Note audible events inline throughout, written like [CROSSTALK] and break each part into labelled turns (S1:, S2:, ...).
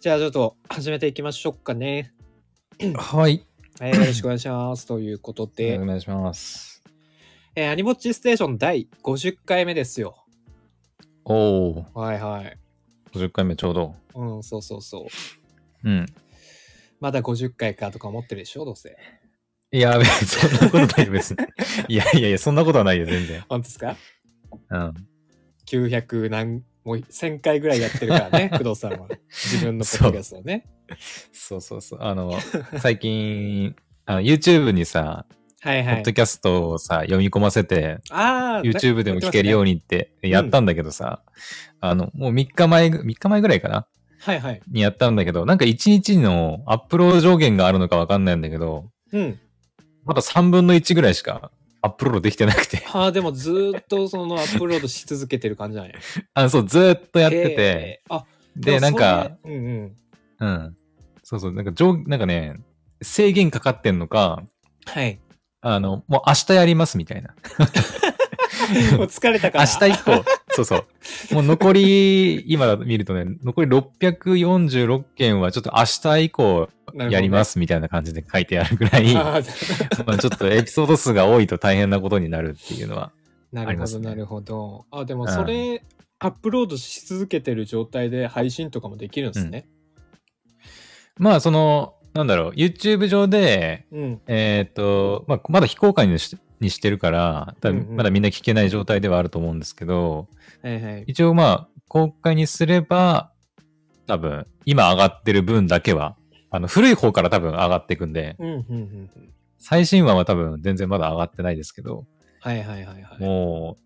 S1: じゃあちょっと始めていきましょうかね。
S2: はい。
S1: えーよろしくお願いし
S2: [LAUGHS]
S1: ます。ということで、
S2: お願いします。
S1: えーアニモッチステーション第50回目ですよ。
S2: おお、
S1: はいはい。
S2: 50回目ちょうど。
S1: うん、そうそうそう。
S2: うん。
S1: まだ50回かとか思ってるでしょ、どうせ。
S2: いや、べそんなことないよ、別に。 [LAUGHS] いやいやいや、そんなことはないよ、全然。
S1: 本当ですか
S2: うん。
S1: ?900 何、もう1000回ぐらいやってるから
S2: [LAUGHS]
S1: ね、工藤さんは。自分のポッドキャストをね。
S2: そうそうそう。あの、最近、あの YouTube にさ、
S1: はい
S2: ポ
S1: は
S2: ッ
S1: い
S2: ド。キャストをさ、読み込ませて、
S1: ああ、
S2: YouTube でも聞けるよ
S1: う
S2: うにってやったんだけどさ、あの、もう3日前ぐ、3日前ぐらいかな
S1: に。はいはい。
S2: にやったんだけど、なんか1日のアップロード上限があるのかわかんないんだけど、
S1: うん。
S2: まだ3分の1ぐらいしかアップロードできてなくて。
S1: ああ、でもずーっとそのアップロードし続けてる感じなんや。
S2: あ、そう、ずーっとやってて、
S1: へー。あ、
S2: で、
S1: も
S2: なんか、
S1: それ。うんうん。
S2: うん。そうそう、なんか上、なんかね、制限かかってんのか、 [LAUGHS]
S1: はい。
S2: あの、もう明日やりますみたいな。
S1: もう疲れたか
S2: 明
S1: ら。。
S2: 日以降、そうそう。もう残り、今見るとね、残り646件はちょっと明日以降やりますすみたいな感じで書いてあるぐらい、
S1: あー
S2: [LAUGHS] まあちょっとエピソード数が多いと大変なことになるっていうのは。 [LAUGHS]
S1: な
S2: あ
S1: る
S2: り
S1: ほ
S2: ます
S1: ど、
S2: ね
S1: なるほど。あ、でもそれ、アップロードし続けてる状態で配信とかもできるんですね。
S2: まあその、なんだろう、YouTube 上で、
S1: うん。
S2: えーっと、まあ、まだ非公開にしにしてるから、多
S1: うんうん
S2: 分まだみんな聞けない状態ではあると思うんですけど、
S1: はいはい。
S2: 一応まあ、公開にすれば、多分、今上がってる分だけは、あの、古い方から多分上がっていくんで、
S1: うん、うん、うんうん。
S2: 最新話は多分全然まだ上がってないですけど、
S1: はいはいはい [LAUGHS] はい。
S2: も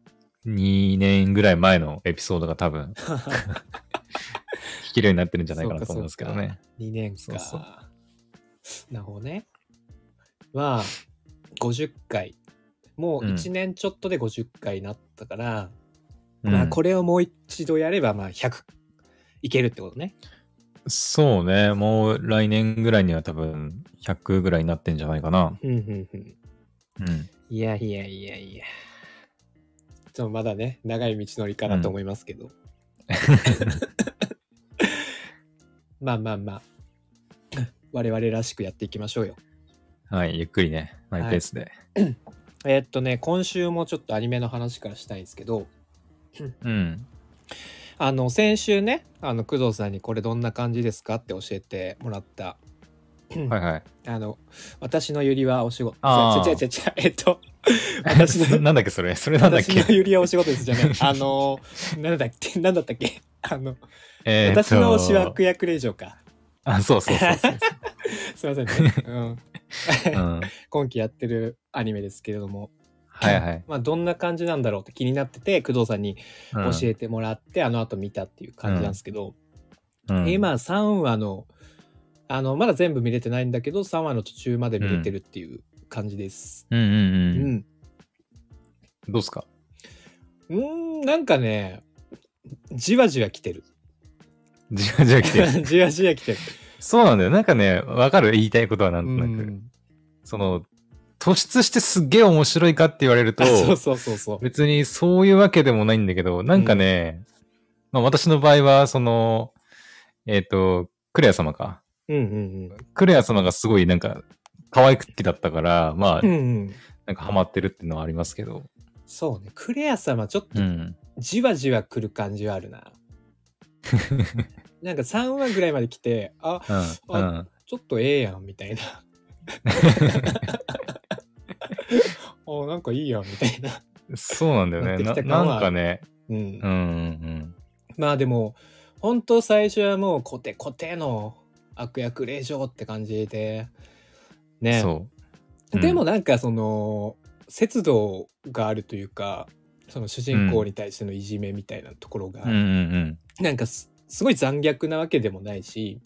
S2: う、2年ぐらい前のエピソードが多分、聞けるようになってるんじゃないかなと思うんですけどね。
S1: 2年か。
S2: そうそ
S1: なるほどね。まあ、50回。もう
S2: うん
S1: 1年ちょっとで50回になったから、
S2: うん
S1: まあこれをもう一度やれば、まあ100いけるってことね。
S2: そうね、もう来年ぐらいには多分、100ぐらいになってんじゃないかな。
S1: うん、うん、うん。
S2: うん。
S1: いやいやいやいや。ちょっとまだね、長い道のりかなと思いますけど。 [LAUGHS] まあまあまあ。我々らしくやっていきましょうよ。
S2: はい、ゆっくりね、マイペースで。
S1: えーっとね、今週もちょっとアニメの話からしたいんですけど、
S2: うん。
S1: あの、先週ね、あの、工藤さんにこれどんな感じですかって教えてもらった、
S2: はいはい。
S1: あの、私のゆりはお仕事。
S2: あー
S1: 違う違う違う違う、えっと、私の
S2: なんだっけそれそれなんだっ
S1: 私
S2: け
S1: のゆりはお仕事ですじゃない。あの、なんだっけ、なんだったっけ、あの、
S2: えーと
S1: 私の推しは悪役令嬢か。 [LAUGHS]
S2: あ、そうそうそうそう。
S1: すいません
S2: [LAUGHS]
S1: ね。うん、
S2: うん、
S1: 今期やってるアニメですけれども、
S2: はいはい。
S1: まあ、どんな感じなんだろうって気になってて、工藤さんに教えてもらって、あの後見たっていう感じなんですけど、
S2: うん、うん
S1: 今、3話の、あの、まだ全部見れてないんだけど、3話の途中まで見れてるっていう感じです。
S2: うんう
S1: うん
S2: うん。
S1: ん。
S2: どうっすか [LAUGHS]
S1: うん、んなんかね、じわじわ来てる。
S2: じわじわ来
S1: [LAUGHS]
S2: てる。
S1: じわじわ来てる。
S2: そうなんだよ。なんかね、わかる言いたいことはなんとなく。
S1: うん
S2: その、突出してすっげえ面白いかって言われると
S1: あ、そうそうそうそう。
S2: 別にそういうわけでもないんだけど、なんかね、まあ私の場合は、その、えっ、と、クレア様か。
S1: うんうん
S2: クレア様がすごいなんか、可愛くてだったから、まあ
S1: うん。う、んうん。
S2: なんかハマってるっていうのはありますけど。
S1: そうね。クレア様、ちょっと
S2: うん。
S1: じわじわ来る感じはあ
S2: [LAUGHS]
S1: るな。なんか3話ぐらいまで来て、あ、
S2: うん。うん。
S1: ちょっとええやんみたい
S2: [LAUGHS]
S1: な。あ、なんかいいやんみたいな。
S2: そうなんだよね。
S1: な
S2: な
S1: ってきた感は
S2: なんかね、
S1: うん。
S2: うんうん
S1: まあでも、本当最初はもうコテコテの悪役令嬢って感じで。
S2: うん。
S1: ね。
S2: そう。うん
S1: でも、なんかその、節度があるというか、その主人公に対してのいじめみたいなところが、
S2: うんうんうん。
S1: なんかすすごい残虐なわけでもないし、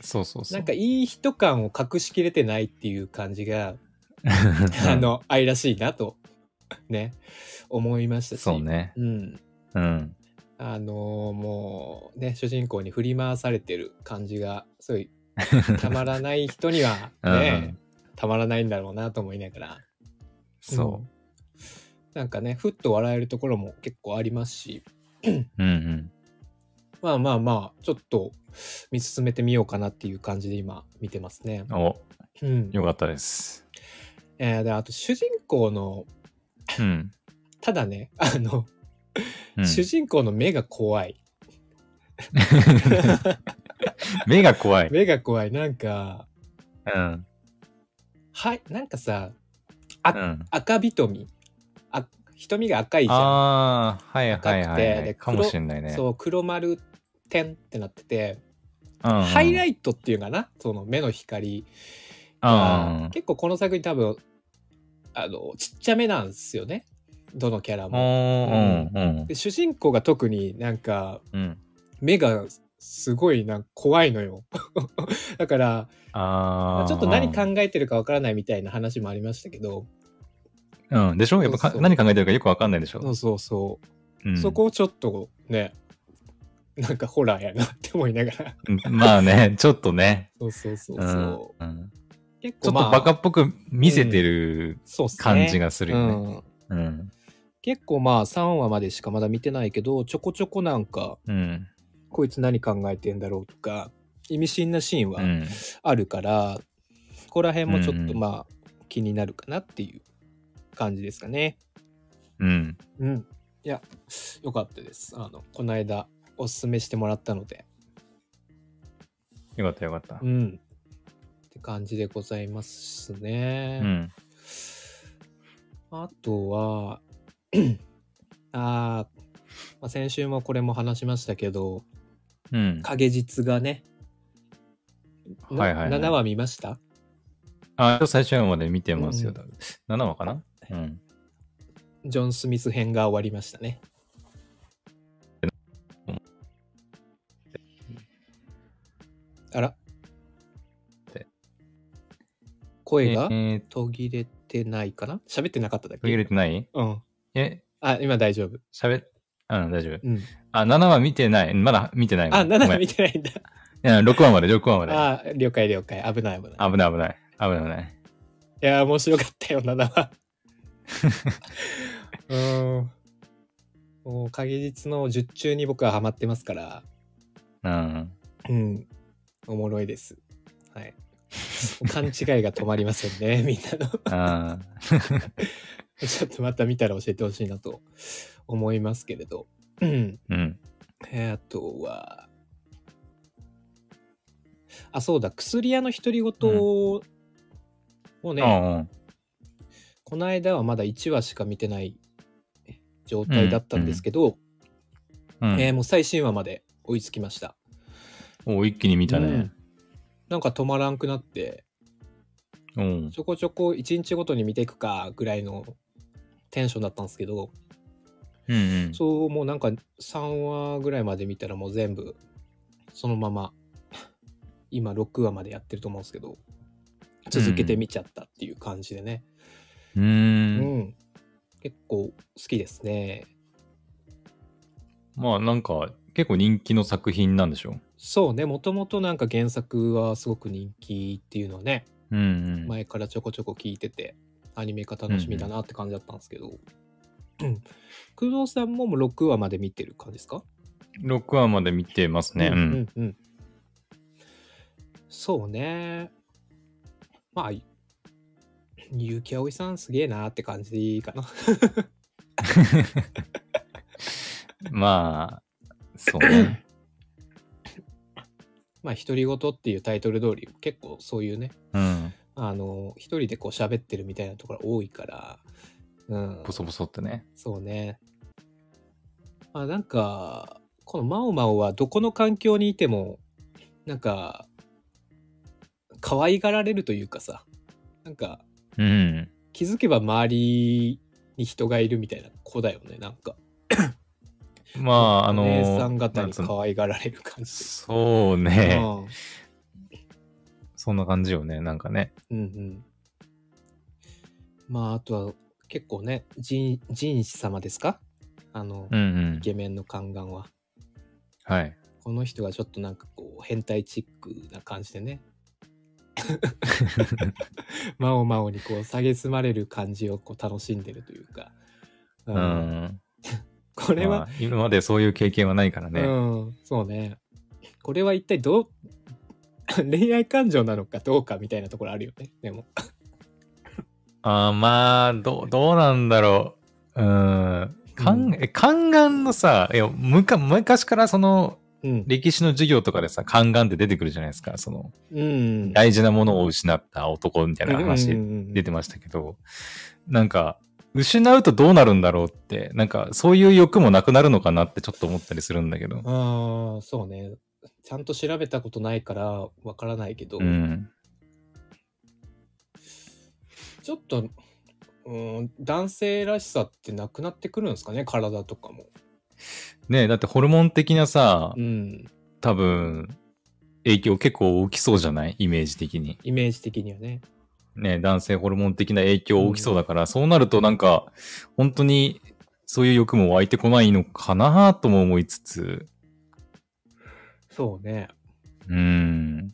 S2: そうそうそう。
S1: なんか [LAUGHS] いい人感を隠しきれてないっていう感じが、
S2: うん
S1: あ、の愛らしいなとね思いましたし
S2: [LAUGHS] そうね。
S1: うん、
S2: うん。
S1: あのーもうね主人公に振り回されてる感じがす
S2: [LAUGHS]
S1: ごいたまらない人にはね、たまらないんだろうなと思いながら
S2: そ
S1: なんかねふっと笑えるところも結構ありますし
S2: う。うん
S1: まあまあまあ、ちょっと見進めてみようかなっていう感じで今見てますね。
S2: お、
S1: うん。
S2: よかったです。
S1: えーで、あと主人公の、
S2: うん。
S1: ただね、あの、
S2: うん、
S1: 主人公の目が怖い。
S2: [LAUGHS] 目が怖い。
S1: 目が怖い。なんか、
S2: うん。
S1: はい、なんかさ、
S2: う
S1: あ
S2: ん、
S1: 赤瞳。あ瞳が赤いじゃ
S2: ああ、はいはい
S1: 赤く
S2: は
S1: て
S2: い、は
S1: で
S2: い。かもしれない
S1: ん。
S2: ね。
S1: そう、黒丸点ってなってて、
S2: うんうん、
S1: ハイラ
S2: イ
S1: イトっていうかな、その目の光
S2: トうんうん
S1: 結構この作品多分、あの、ちっちゃめなんですよね。どのキャラ
S2: う
S1: も。
S2: んうん
S1: で主人公が特になんか
S2: うん。
S1: 目がすごいなんか怖いのよ [LAUGHS] だからま
S2: あ
S1: あ
S2: あ。
S1: ちょっと何考えてるかわからないみたいな話もありましたけど
S2: うん。でしょやっぱか
S1: そうそう
S2: 何考えてるかよくわかんないでしょ
S1: そうそうそうう、
S2: ん
S1: そこをちょっとねなんかホラーやなって思いながら [LAUGHS]
S2: うん [LAUGHS] まあね、ちょっとね。
S1: そうそうそう
S2: う
S1: そ
S2: ん
S1: う、
S2: うん
S1: 結
S2: ち
S1: 構
S2: ょっと
S1: まあ
S2: バカっぽく見せてる
S1: そうっすね
S2: 感じがするよね。
S1: うん
S2: うん。
S1: 結構まあ3話までしかまだ見てないけどちょこちょこなんか
S2: うん。
S1: こいつ何考えてんだろうとか意味深なシーンは
S2: うん。
S1: あるから、ここら辺もちょ
S2: う
S1: っ
S2: んう
S1: と
S2: ん
S1: まあ気になるかなっていう感じですかね。
S2: うん。
S1: うん。いや、よかったです。あの、この間おすすめしてもらったので。
S2: よかったよかった
S1: う。ん。って感じでございます
S2: う
S1: ね。
S2: ん。
S1: あとは、 [CLEARS THROAT] あー、まあ、先週もこれも話しましたけど、
S2: うん。
S1: 影実がね、な
S2: はいはいはい
S1: 7話見ました
S2: あ、最初まで見てます
S1: う
S2: よ。
S1: ん
S2: 多分7話かなうん。
S1: ジョン・スミス編が終わりましたね。あら
S2: て。
S1: 声が
S2: えー、
S1: 途切れてないかな喋ってなかっただけ。
S2: 途切れてない
S1: うん。
S2: え、
S1: あ、今大丈夫。
S2: 喋っ、うん、大丈夫。
S1: うん。
S2: あ、7話見てない。まだ見てない。
S1: あ、7
S2: ごめ
S1: 話
S2: ん
S1: 見てないんだ。
S2: うん6話まで、6話まで。
S1: あ、了解了解。危ない危ない。
S2: 危ない危ない。危ない危な
S1: い
S2: い。
S1: やー、面白かったよ、7話。
S2: [LAUGHS]
S1: うーん。もう、影実の術中に僕はハマってますから。
S2: うん。
S1: うん。おもろいです。はい。勘違いが止まりませんね、みんなの。
S2: あ
S1: ちょっとまた見たら教えてほしいなと思いますけれど。うん。
S2: ーうん。
S1: えーあとは、あ、そうだ、薬屋の独り言を、もうね、
S2: うん
S1: この間はまだ1話しか見てない状態だったんですけど、
S2: うん。うん
S1: えーもう最新話まで追いつきました。
S2: お一気に見たね。
S1: なんか止まらんくなって、
S2: うん。
S1: ちょこちょこ1日ごとに見ていくかぐらいのテンションだったんですけど、
S2: うんうん。
S1: そうもうなんか3話ぐらいまで見たらもう全部そのまま今6話までやってると思うんですけど続けて見ちゃったっていう感じでね、
S2: う
S1: うん
S2: ん。
S1: 結構好きですね
S2: まあなんか、結構人気の作品なんでしょ
S1: そうねもともとなんか原作はすごく人気っていうのはね
S2: うんうん。
S1: 前からちょこちょこ聞いててアニメ化楽しみだなって感じだったんですけど、うん工藤さんももう6話まで見てる感じですか
S2: 6話まで見てますね。
S1: う
S2: うんん。
S1: うんうんそうねまあ結城葵さんすげえなーって感じでいいかな [LAUGHS]
S2: まあ、そう
S1: [LAUGHS]
S2: ね。
S1: まあ「独り言」っていうタイトル通り結構そういうね
S2: うん。
S1: あの一人でこう喋ってるみたいなところ多いからうん
S2: ボソボソってね。
S1: そうねまあなんかこの「まおまお」はどこの環境にいてもなんか可愛がられるというかさなんか
S2: うん。
S1: 気づけば周りに人がいるみたいな子だよねなんか
S2: まあ、あの
S1: お
S2: ー、
S1: 姉さん方
S2: なん
S1: に
S2: つうの
S1: 可愛がられる感じ
S2: [LAUGHS] そう
S1: で
S2: ね。
S1: うん
S2: そんな感じよね、なんかね。
S1: うんうんまああとは結構ね仁仁師様ですかあの、
S2: うんうん
S1: イ。ケメンの宦官は
S2: はい。
S1: この人がちょっとなんかこう変態チックな感じで
S2: [LAUGHS]
S1: ね [LAUGHS] まおまおにこう蔑まれる感じをこう楽しんでるというか、
S2: うん。
S1: これは
S2: まあ今までそういう経験はないからね。
S1: うん、そうね。これは一体どう、 [LAUGHS] 恋愛感情なのかどうかみたいなところあるよね。でも。
S2: あーまあ、どう、どうなんだろう。うん。か
S1: うん
S2: ん、え、宦官のさ、いや、むか、昔からその、
S1: うん。
S2: 歴史の授業とかでさ、宦官って出てくるじゃないですか。その、
S1: うん。
S2: 大事なものを失った男みたいな話出て
S1: ま
S2: ましたけど、なんか、失うとどうなるんだろうって、なんか、そういう欲もなくなるのかなってちょっと思ったりするんだけど。
S1: ああ、そうね。ちゃんと調べたことないからわからないけど、
S2: うん。
S1: ちょっと、うん、男性らしさってなくなってくるんですかね、体とかも。
S2: ねえだってホルモン的なさ
S1: う、ん。
S2: 多分、影響結構大きそうじゃないイメージ的に。
S1: イメージ的にはね。
S2: ね、男性ホルモン的な影響大きそうだから、そうなるとなんか、本当にそういう欲も湧いてこないのかなとも思いつつ、
S1: そうね。
S2: うん。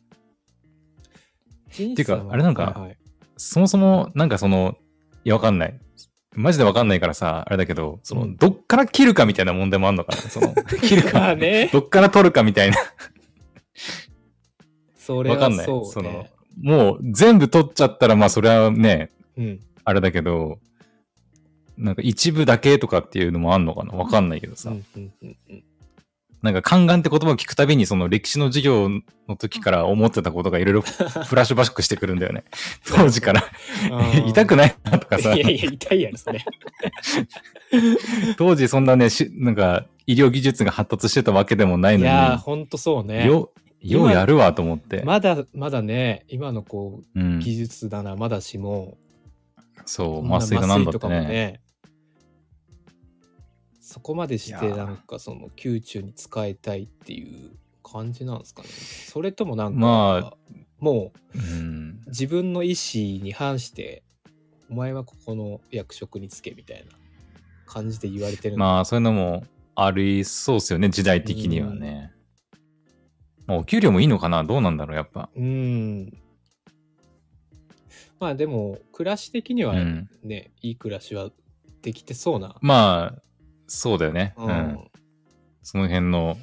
S1: って
S2: いうかあれなんか
S1: はいはい
S2: そもそも、なんかその、いや、わかんない。マジでわかんないからさ、あれだけど、その、
S1: うん
S2: どっから切るかみたいな問題もあんのかな、その、
S1: [LAUGHS]
S2: 切る
S1: まあ
S2: か、
S1: ね。
S2: どっから取るかみたいな。
S1: それ
S2: わか
S1: は
S2: んない。
S1: そ
S2: そうの
S1: ね。、
S2: もう全部取っちゃったら、まあそれはね、
S1: うん。
S2: あれだけど、なんか一部だけとかっていうのもあんのかなわかんないけどさ。
S1: うんうんうん
S2: [LAUGHS]
S1: うん
S2: なんか、宦官って言葉を聞くたびに、その歴史の授業の時から思ってたことがいろい
S1: [LAUGHS]
S2: ろフラッシュバックしてくるんだよね。 [LAUGHS] 当時から。痛くないなとか
S1: い
S2: さ
S1: や、いや、痛いやろ、それ。
S2: 当時そんなね、しなんか、医療技術が発達してたわけでもない
S1: いやー、
S2: の
S1: ほんとそう
S2: に、
S1: ね。
S2: よ、ようやるわと思って。
S1: まだ、まだね、今のこう、
S2: うん。
S1: 技術だな、まだしも、
S2: そう、
S1: こん
S2: 麻酔がなんだ
S1: と
S2: っ
S1: か
S2: て
S1: も
S2: ね。
S1: ね。そこまでし
S2: いや
S1: て、
S2: ー
S1: なんかその、宮中に使いたいっていう感じなんですかね。それともなんか、
S2: ま
S1: もう、
S2: うん。
S1: 自分の意思に反して、お前はここの役職につけみたいな感じで言われてるの
S2: まあ、そういうのもありそうっすよね、時代的にはね。まあ、お給料もいいのかなどうなんだろう、やっぱ。
S1: うん。まあでも、暮らし的に
S2: う
S1: はね、
S2: ん。
S1: いい暮らしはできてそうな。
S2: まあ、そうだよね。
S1: う
S2: うん
S1: ん。
S2: その辺の、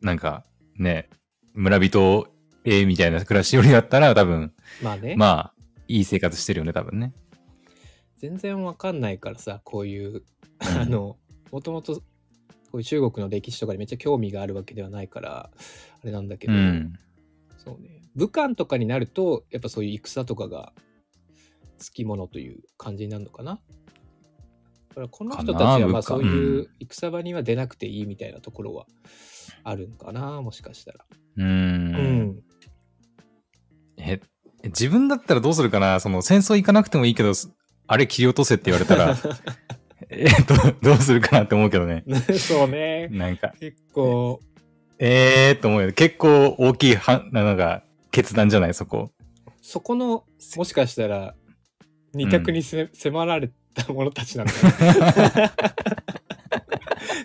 S2: なんか、ね、村人、えみたいな暮らしよりだったら、多分、
S1: まあね、
S2: まあ、いい生活してるよね、多分ね。
S1: 全然わかんないからさ、こういう、
S2: うん
S1: [LAUGHS] あの、もともと、こういう中国の歴史とかにめっちゃ興味があるわけではないから、あれなんだけ
S2: う
S1: ど、
S2: ん。
S1: そうね。武漢とかになると、やっぱそういう戦とかが、つきものという感じになるのかな。だからこの人たち
S2: かな
S1: はまあ
S2: 武漢
S1: そういう戦場には出なくていいみたいなところはあるのかな、もしかしたら。
S2: うん。
S1: うん。
S2: え、自分だったらどうするかなその、戦争行かなくてもいいけど、すあれ切り落とせって言われ
S1: [LAUGHS]
S2: たら、えっと、どうするかなって思うけどね。
S1: [LAUGHS] そうね。
S2: なんか、
S1: 結構、
S2: えーっと思うよ。結構大きいは、なんか、決断じゃないそこ。
S1: そこの、もしかしたら、二択にせ、迫られた者たちなのかな。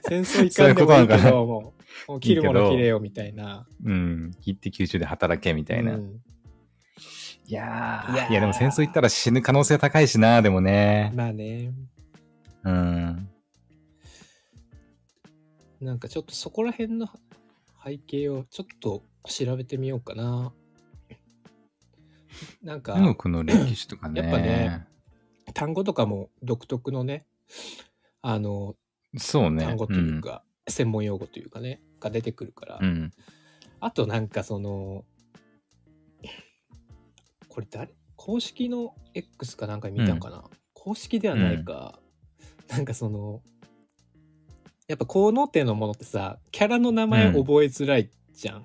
S1: 戦争いかんでもいいけど、もう、もう切るも
S2: いい
S1: の
S2: けど
S1: 切れよみたいな。
S2: うん。行って九州で働けみたいな。
S1: うん
S2: いやー
S1: いやー
S2: いやでも戦争行ったら死ぬ可能性高いしな、でもね。
S1: まあね。
S2: うん。
S1: なんかちょっとそこら辺の背景をちょっと調べてみようかな。なんか
S2: 中国の歴史とかね。
S1: やっぱね。単語とかも独特のね、あの
S2: そうね。
S1: 単語というか、専門用語というかね、が出てくるから。
S2: うん。うん。
S1: あとなんかその、 [LAUGHS] これ誰公式の X かなんかで見たんかな、公式ではないか。なんかその、やっぱ高能点のものってさ、キャラの名前覚えづらいじゃん。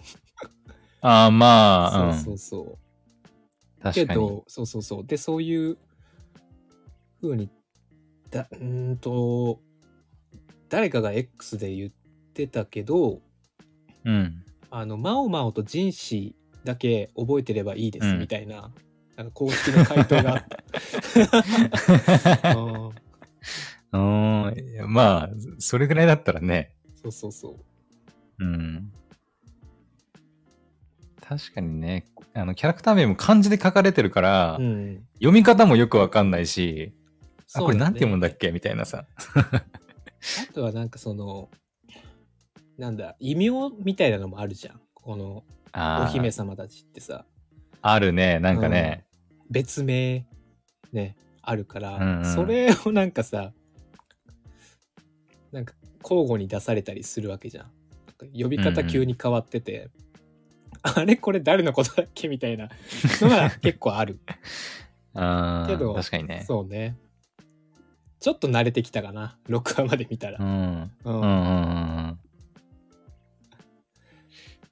S2: ああ、まあ、うん、
S1: そうそうそう。け
S2: 確かに。
S1: ど、そうそうそう。で、そういう風に、だ、うーんと、誰かが X で言ってたけど、
S2: うん。
S1: あの、マオマオとジンシーだけ覚えてればいいです、
S2: うん
S1: みたいな、なんか公式の回答があった。
S2: [LAUGHS]
S1: うん
S2: うーんいやまあ、それぐらいだったらね。
S1: そうそうそう。
S2: うん。確かにね、あの、キャラクター名も漢字で書かれてるから、
S1: うん。
S2: 読み方もよくわかんないし、あ、
S1: そう
S2: これなんて読む
S1: だね
S2: んだっけみたいなさ。
S1: あとはなんかその、なんだ、異名みたいなのもあるじゃん。この
S2: あ
S1: お
S2: ー
S1: 姫様たちってさ、
S2: あるね、なんかね。
S1: 別名、ね、あるから、
S2: うんうん
S1: それをなんかさ、なんか交互に出されたりするわけじゃん。なんか呼び方急に変わってて、あれこれ誰のことだっけみたいなの
S2: [LAUGHS]
S1: が結構ある。
S2: あ
S1: けど
S2: ー確かにね。
S1: そうね。ちょっと慣れてきたかな、6話まで見た
S2: う
S1: ら。
S2: ん。
S1: うん
S2: うんうんうんうん。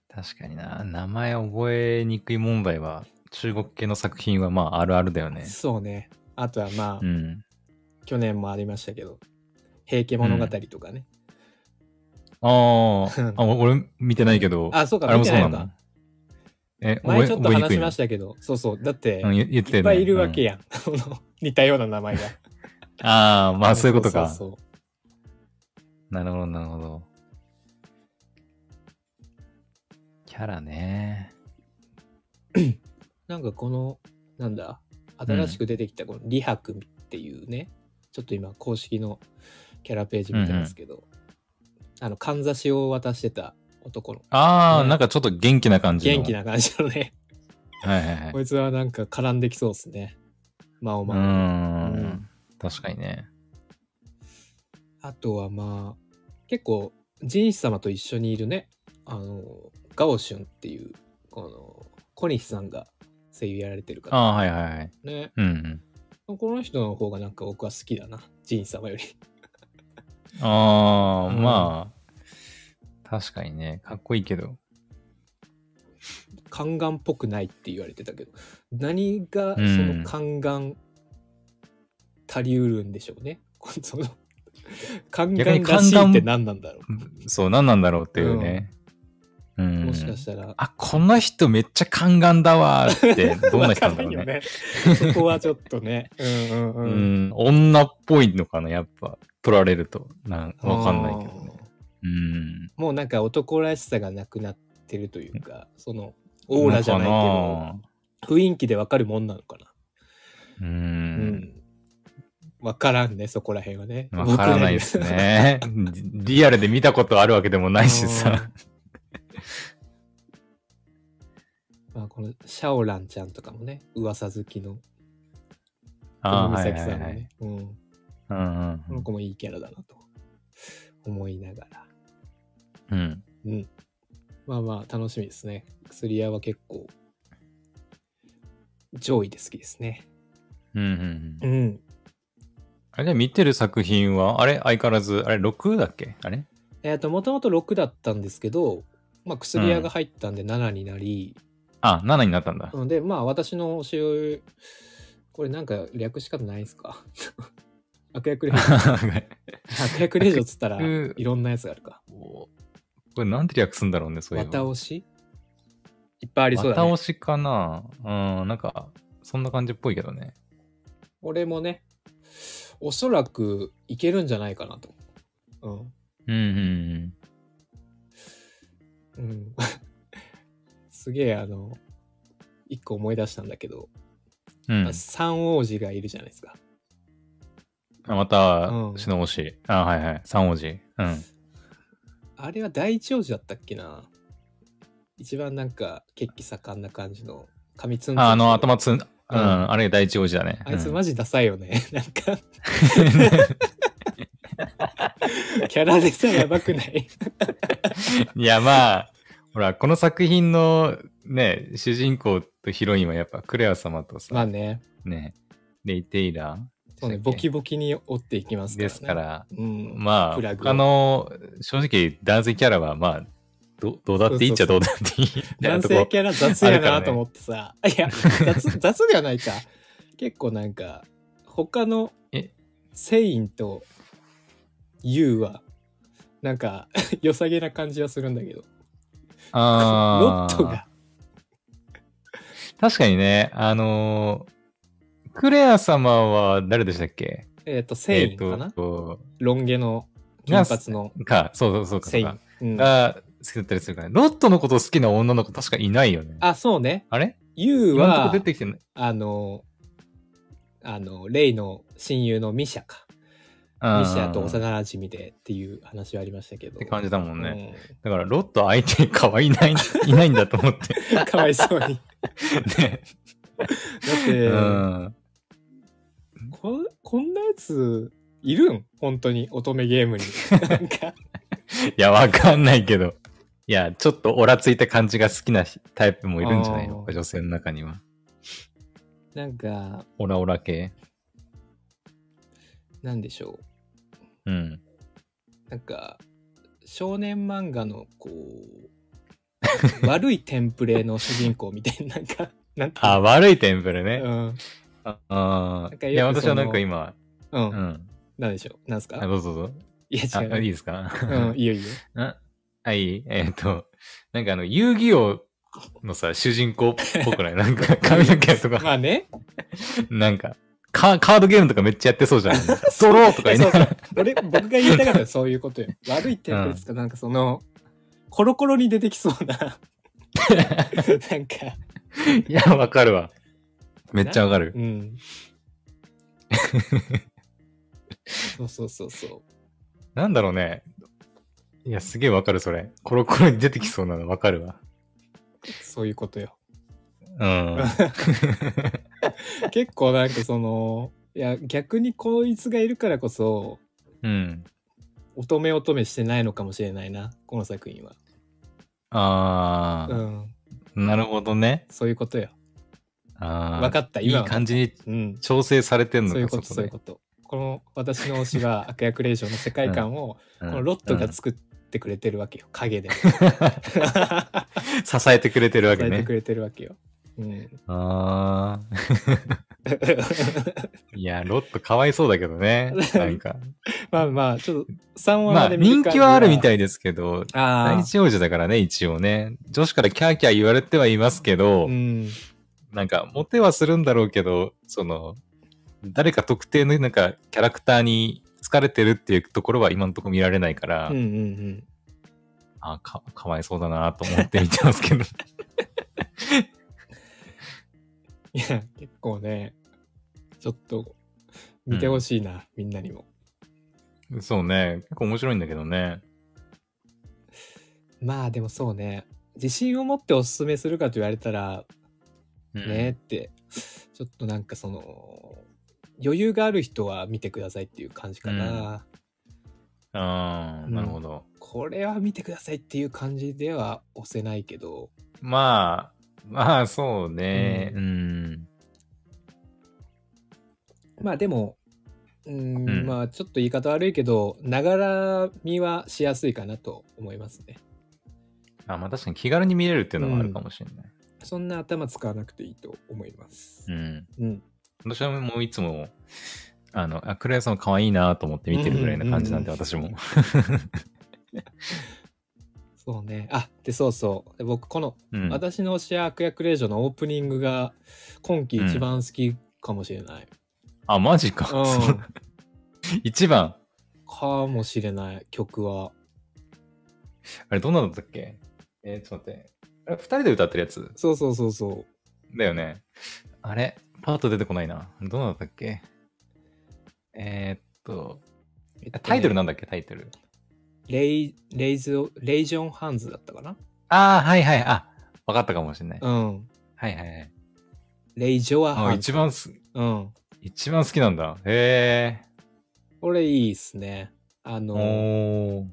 S2: 確かにな。名前覚えにくい問題は、中国系の作品はまああるあるだよね。
S1: そうね。あとはまあ、
S2: うん。
S1: 去年もありましたけど「平家物語」とかね、[LAUGHS]
S2: あーあ、俺見てないけど、
S1: あそう
S2: あ
S1: か
S2: れ
S1: 見
S2: も
S1: て
S2: そう
S1: ない
S2: な
S1: の
S2: の
S1: か
S2: え、覚
S1: 前
S2: え
S1: ちょっと
S2: 覚えに
S1: 話
S2: くい
S1: し
S2: の
S1: ましたけどそうそうだって、
S2: うん、言言って
S1: いっぱいいるわけ
S2: や。
S1: やん、その [LAUGHS] 似たような名前が
S2: うんああ、まあそういうことか。
S1: そうそう
S2: なるほど、なるほど。キャラね。
S1: なんかこのなんだ新しく出てきたこの「李白」っていうね、ちょっと今公式のキャラページ見てますけど、あのかんざしを渡してた男の
S2: ああ、
S1: ね
S2: なんかちょっと元気な感じの。
S1: 元気な感じのね、
S2: はいはいはい。
S1: こいつはなんか絡んできそうですねまお
S2: う
S1: まお
S2: ー
S1: うんん。
S2: 確かにね。
S1: あとはまあ結構仁師様と一緒にいるねあのガオシュンっていうこの小西さんが声優やられてるから
S2: ああー、はいはいはい。
S1: ね
S2: うんうん。
S1: この人の方がなんか僕は好きだな仁師様より
S2: あ
S1: う
S2: あ、
S1: ん
S2: まあ、確かにね。かっこいいけど。
S1: 宦官っぽくないって言われてたけど何がそ
S2: うん
S1: の宦官足りうるんでしょうね、こその宦
S2: 逆
S1: 官
S2: に
S1: らし
S2: 宦
S1: い
S2: 官
S1: って何なんだろ
S2: そう、何なんだろうっていうね。うん。
S1: うもしかしたら
S2: あ、この人めっちゃ宦官だわー
S1: [LAUGHS]
S2: って、どんな人なんだ
S1: わかん
S2: ろうね。
S1: ないよねそこはちょっとねうんうん
S2: う
S1: うん、
S2: ん、女っぽいのかな、やっぱ。取られると。なんわかんないけどね。うん。
S1: もうなんか男らしさがなくなってるというか、そのオーラじゃないけど、雰囲気でわかるもんなのかな。
S2: ど。う。。
S1: うんわからんね、そこら辺はね。
S2: わからないですね。リリアルで見たことあるわけでもないしさ。
S1: 僕らには。 [LAUGHS] まあこのシャオランちゃんとかもね、噂好きの、
S2: あー
S1: 美
S2: はい
S1: 咲
S2: は
S1: さ
S2: い
S1: んも
S2: はい。
S1: ね、うん。
S2: うん
S1: この子もいいキャラだなと思いながら。
S2: うんうん。
S1: うん。まあまあ楽しみですね。薬屋は結構上位で好きですね。
S2: うんう
S1: う
S2: んう。
S1: んん。
S2: あれで見てる作品は、あれ相変わらず、あれ6だっけあれ
S1: えっ、と、もともと6だったんですけど、まあ、薬屋が入ったんで7になり、
S2: あ、7になったんだ [LAUGHS]
S1: な。ので、まあ、私の教え、これなんか略し方ないですか [LAUGHS] 悪役
S2: [LAUGHS]
S1: 令嬢。悪役令嬢っつったら、
S2: 悪
S1: いろんなやつがあるか。
S2: これなんて略すんだろうね、そういう
S1: 綿押しいっぱいありそうだ
S2: 綿
S1: ね。
S2: 押しかなうん、なんか、そんな感じっぽいけどね。
S1: 俺もね、おそらくいけるんじゃないかなと。うん。
S2: うんうん
S1: うん、 [LAUGHS] すげえ、あの、一個思い出したんだけど、
S2: うん。うん。
S1: 三王子がいるじゃないですか。
S2: あまた、
S1: うん
S2: シノオシ。あ、はいはい。三王子。うん。
S1: あれは第一王子だったっけな一番なんか血気盛んな感じの髪ツンツンしてる
S2: ああの、頭つん、うん、
S1: ん
S2: あれが第一王子だね。
S1: あいつ
S2: うん
S1: マジダサいよね、 [LAUGHS] なん
S2: [LAUGHS]
S1: かキャラでさやばく
S2: [LAUGHS]
S1: ない
S2: いや、まあ、ほら、この作品のね、主人公とヒロインはやっぱクレア様とさ、
S1: まあね
S2: ね、レイテイラー
S1: そうね
S2: でし
S1: ボ
S2: たっけ
S1: キボキに追っていきますから、ね、
S2: ですから、
S1: うん
S2: ま
S1: フ
S2: あ、
S1: ラグを
S2: 他の、正直、男性キャラは、まあ、どどうだっていいっちゃどうだっていいみたいな
S1: 男
S2: とこ
S1: 性キャラ雑や
S2: あ
S1: な
S2: るからね
S1: と思ってさ、いや雑
S2: [LAUGHS]
S1: 雑ではないか結構なんか他の
S2: え
S1: セインとユウはなんか [LAUGHS] 良さげな感じはするんだけどロ
S2: あ
S1: ッ
S2: ー
S1: トが
S2: 確かにね、あのークレア様は誰でしたっけ
S1: えっ、とセイン
S2: え
S1: かな、
S2: ーと
S1: ロン毛の金髪の
S2: か、そうそうそうか。
S1: セイン、うん
S2: が好きだったりするから、ロットのこと好きな女の子確かいないよね。あ
S1: あそうね
S2: れ
S1: ユウ
S2: 今んとこ
S1: は
S2: 出てきてない。
S1: あのあのレイの親友のミシャか西
S2: 西
S1: ヤと幼馴染でっていう話はありましたけど。
S2: って感じだもんね。
S1: ね。
S2: だから、ロッド相手可愛いない、いないんだと
S1: [LAUGHS]
S2: 思って。
S1: かわい
S2: [LAUGHS]
S1: そうに。だ
S2: ね。
S1: って、
S2: うん。
S1: こんこんなやついるん本当に乙女ゲーム
S2: [LAUGHS]
S1: に。なんか、
S2: いや、わかんないけど。いや、ちょっとオラついた感じが好きなタイプもいるんじゃないの
S1: あ
S2: か、女性の中には。
S1: なんか、
S2: オラオラ系。
S1: なんでしょ
S2: うん。
S1: う。なんか、少年漫画のこう、
S2: [LAUGHS]
S1: 悪いテンプレの主人公みたいな、なんか、なんていうの
S2: あ、悪いテンプルね。
S1: うん。
S2: あ
S1: なん
S2: あ。
S1: かよく
S2: いや、私は
S1: その
S2: なんか今、
S1: う。
S2: うんん。
S1: なんでしょう。なんす
S2: あ
S1: か
S2: どうぞどうぞ。
S1: いや、
S2: あ、
S1: 違。
S2: いういですか [LAUGHS]
S1: うん、いいよいいよ。
S2: あ、あいいえっ、と、なんかあの、遊戯王のさ、主人公っぽくないなんか髪の毛とか、
S1: まあね。
S2: なんか、カカードゲームとかめっちゃやってそうじゃん。ドローとか言い
S1: そ
S2: な
S1: うそ
S2: が
S1: う
S2: ら。。
S1: 俺、僕が言いたかったのはそういう
S2: [LAUGHS]
S1: ことよ。悪いテンプレですか、なんかその、コロコロに出てきそうな、
S2: [LAUGHS]
S1: なんか、
S2: いや、わかるわ。めっちゃわかる。
S1: うん。そうそうそうそ
S2: なんだろうね。いや、すげえわかる、それ。コロコロに出てきそうなのわかるわ。
S1: う。そういうことよ。
S2: うん。
S1: 結構なんかその、いや、逆にこいつがいるからこそ、
S2: うん。
S1: 乙女乙女してないのかもしれないな、この作品は。
S2: あ
S1: う
S2: ー、
S1: ん。
S2: なるほどね。
S1: そういうことよ。
S2: あ
S1: 分か
S2: っ
S1: った、
S2: い
S1: 今
S2: い
S1: は。
S2: 感じに
S1: うん。
S2: 調整されてんのか、
S1: そういうこと、
S2: こ
S1: そういうこと。この私の推しは
S2: [LAUGHS]
S1: 悪役令嬢の世界観を、こ
S2: とね
S1: のロット
S2: うん
S1: が作ってくれてるわけよ、影で。
S2: [LAUGHS]
S1: 支
S2: 支えてくれてるわけ
S1: えて
S2: ね
S1: く。れてるわけよ。うん、 [LAUGHS]
S2: ああ。いや、ロットかわいそうだけど
S1: [LAUGHS]
S2: ね。なんか。
S1: まあまあ、ちょっと3話
S2: ま
S1: ま
S2: あ、
S1: で見る
S2: 人
S1: 限
S2: 気はあるみたいですけど、
S1: あ
S2: 大
S1: あ
S2: 日王子だからね、一応ね。女子からキャーキャー言われてはいますけど、
S1: うん、
S2: なんか、モテはするんだろうけど、その、誰か特定のなんか、キャラクターに疲れてるっていうところは今のところ見られないから、
S1: うんうんうん。
S2: あか、かわいそうだなと思って見てますけ
S1: [LAUGHS]
S2: ど。
S1: いや、結構ね、ちょっと見てほしいな、みんなにも。
S2: そうね。結構面白いんだけどね。
S1: まあでもそうね、自信を持っておすすめするかと言われたら、
S2: うん
S1: ねって、ちょっとなんかその、余裕がある人は見てくださいっていう感じかな。
S2: ああ、なるほど。
S1: これは見てくださいっていう感じでは押せないけど、
S2: まあ、まあ、そうね。
S1: う
S2: うん。
S1: まあでも、うーん、
S2: うん
S1: まあちょっと言い方悪いけど、ながら見はしやすいかなと思いますね。
S2: あまあ、確かに気軽に見れるっていうのはあるかもしれない。
S1: そんな頭使わなくていいと思います
S2: う。ん。
S1: うん。
S2: 私はもういつも、あの、あ、黒谷さん可愛いなと思って見てるぐらいな感じなんで、
S1: うんうんうん
S2: 私も。
S1: そうね。あ、で、そうそう。で僕、この、
S2: うん。
S1: 私の推しは悪役令嬢のオープニングが、今季一番好きかもしれない。
S2: あ、マジか。
S1: うん。
S2: [LAUGHS] そう [LAUGHS] 一番。
S1: かもしれない、曲は。
S2: あれ、どんなのだったっけえーちょっと待って。あれ、二人で歌ってるやつ
S1: そうそうそうそう。
S2: だよね。あれ、パート出てこないな。どんなのだったっけえーっと、
S1: えっとね
S2: タイトルなんだっけタイトル。
S1: レイ、レイズ、レイジョンハンズだったかな
S2: ああ、はいはい。あ、わかったかもしれない。
S1: うん。
S2: はいはいはい。
S1: レイジョア
S2: あ
S1: ハンズ。
S2: 一番す、
S1: うん。
S2: 一番好きなんだ。へ
S1: これいいっすね。あ
S2: え。
S1: の、
S2: おー。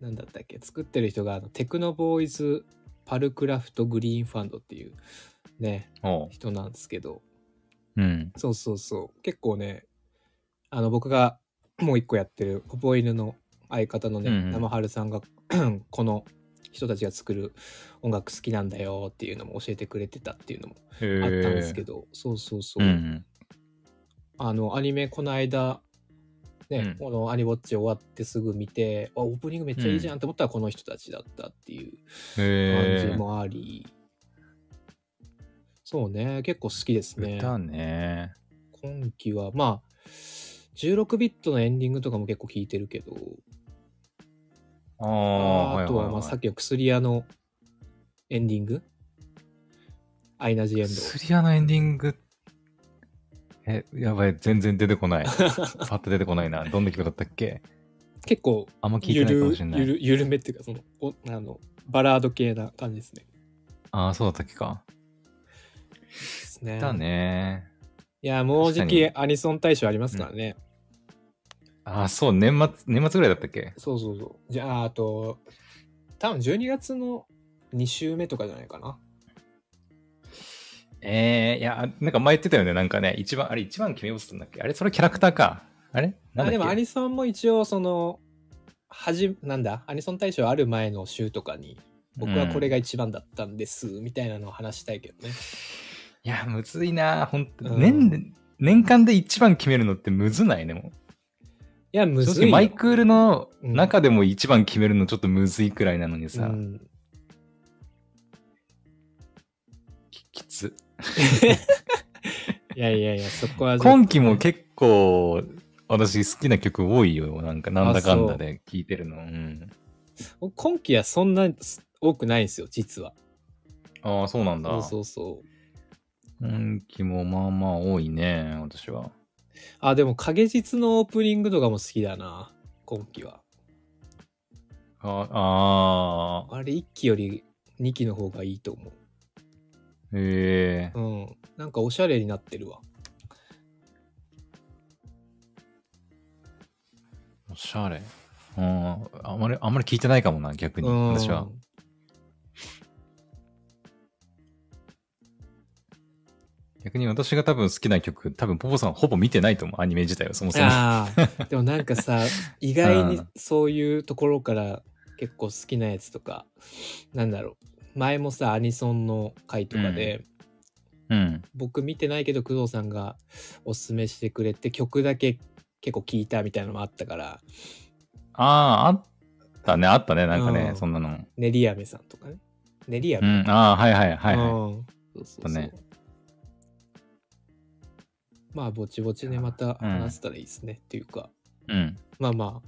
S1: なんだったっけ作ってる人があのテクノボーイズ・パルクラフト・グリーンファンドっていうね、
S2: おう。
S1: 人なんですけど、
S2: うん。
S1: そうそうそう。結構ね、あの、僕がもう一個やってる、ポポ犬の相方のね、
S2: うんうん
S1: 生春さんが、 [CLEARS THROAT] この人たちが作る音楽好きなんだよっていうのも教えてくれてたっていうのも
S2: へえ。
S1: あったんですけど、そうそうそうう。
S2: んうん。
S1: あの、アニメ、この間、ね、
S2: うん
S1: このアニウォッチ終わってすぐ見て、あ、オープニングめっちゃいいじゃんって思ったらこの人たちだったっていう
S2: へ
S1: 感
S2: え
S1: じ。もあり、そうね、結構好きですね。
S2: 歌ね。
S1: 今期は、まあ、16ビットのエンディングとかも結構聴いてるけど、
S2: あー
S1: あ
S2: はいいい
S1: とは、まあ、さっきの薬屋のエンディングアイナ・ジ・エンド。
S2: スリアのエンディングえ、やばい、全然出て
S1: [LAUGHS]
S2: こない。パッと出てこないな。どんな曲だったっけ
S1: 結構
S2: あんま聞い
S1: ゆ
S2: てないかも
S1: る
S2: しれな
S1: ゆ
S2: い。
S1: るゆるめっていうかそのおあのバラード系な感じですね。
S2: ああ、そうだったっけか。
S1: ですね
S2: だね。
S1: いやもうじ
S2: 確
S1: き
S2: か
S1: アニソン大賞ありますからね。
S2: ああ、そう、年末、年末ぐらいだったっけ
S1: そうそうそう。じゃああと多分12月の2週目とかじゃないかな。
S2: ええいや、なんか前言ってたよね。なんかね、一番、あれ一番決めようとしたんだっけあれそれキャラクターか。あれなんだっ
S1: あ
S2: け
S1: でもアニソンも一応そのはじなんだアニソン大賞ある前の週とかに僕はこれが一番だったんです、みたいなのを話したいけどね。
S2: いや、むずいな。ほんと、
S1: うん
S2: 年、年間で一番決めるのってむずないね、もう。
S1: いやむ
S2: 正
S1: ずい
S2: 直
S1: よ。
S2: マイクールの
S1: うん
S2: 中でも一番決めるのちょっとむずいくらいなのにさ、
S1: うん
S2: ききつ
S1: いやいやいやそこは絶対
S2: 今期も結構私好きな曲多いよなんかなんだかんだで聴いてるのうん
S1: 今期はそんな多くないんですよ実は
S2: ああそうなんだ
S1: そうそうそう
S2: 今期もまあまあ多いね私は
S1: あでも影実のオープニングとかも好きだな今期は
S2: ああ
S1: あれ1期より2期の方がいいと思
S2: ーへえ
S1: ううんなんかおしゃれになってるわ
S2: おしゃれうんあまりあんまり聞いてないかもな逆に
S1: うん
S2: 私は逆に私が多分好きな曲多分ポポさんほぼ見てないと思うアニメ自体はそもそも
S1: あ
S2: [LAUGHS]
S1: ーでもなんかさ意外に
S2: うん
S1: そういうところから結構好きなやつとかなんだろう前もさアニソンの回とかで、
S2: うん
S1: 僕見てないけど工藤さんがおすすめしてくれて曲だけ結構聞いたみたいなのもあったから
S2: あああったねあったねなんかね、
S1: うん
S2: そんなの
S1: 練り飴さんとかね練り
S2: う
S1: 飴、
S2: ん、ああ、はいはいはい、
S1: う
S2: はい
S1: んそうそうそう、
S2: だね
S1: まあぼちぼちねまた
S2: うん
S1: 話せたらいいですね、っていうか
S2: うん。
S1: まあま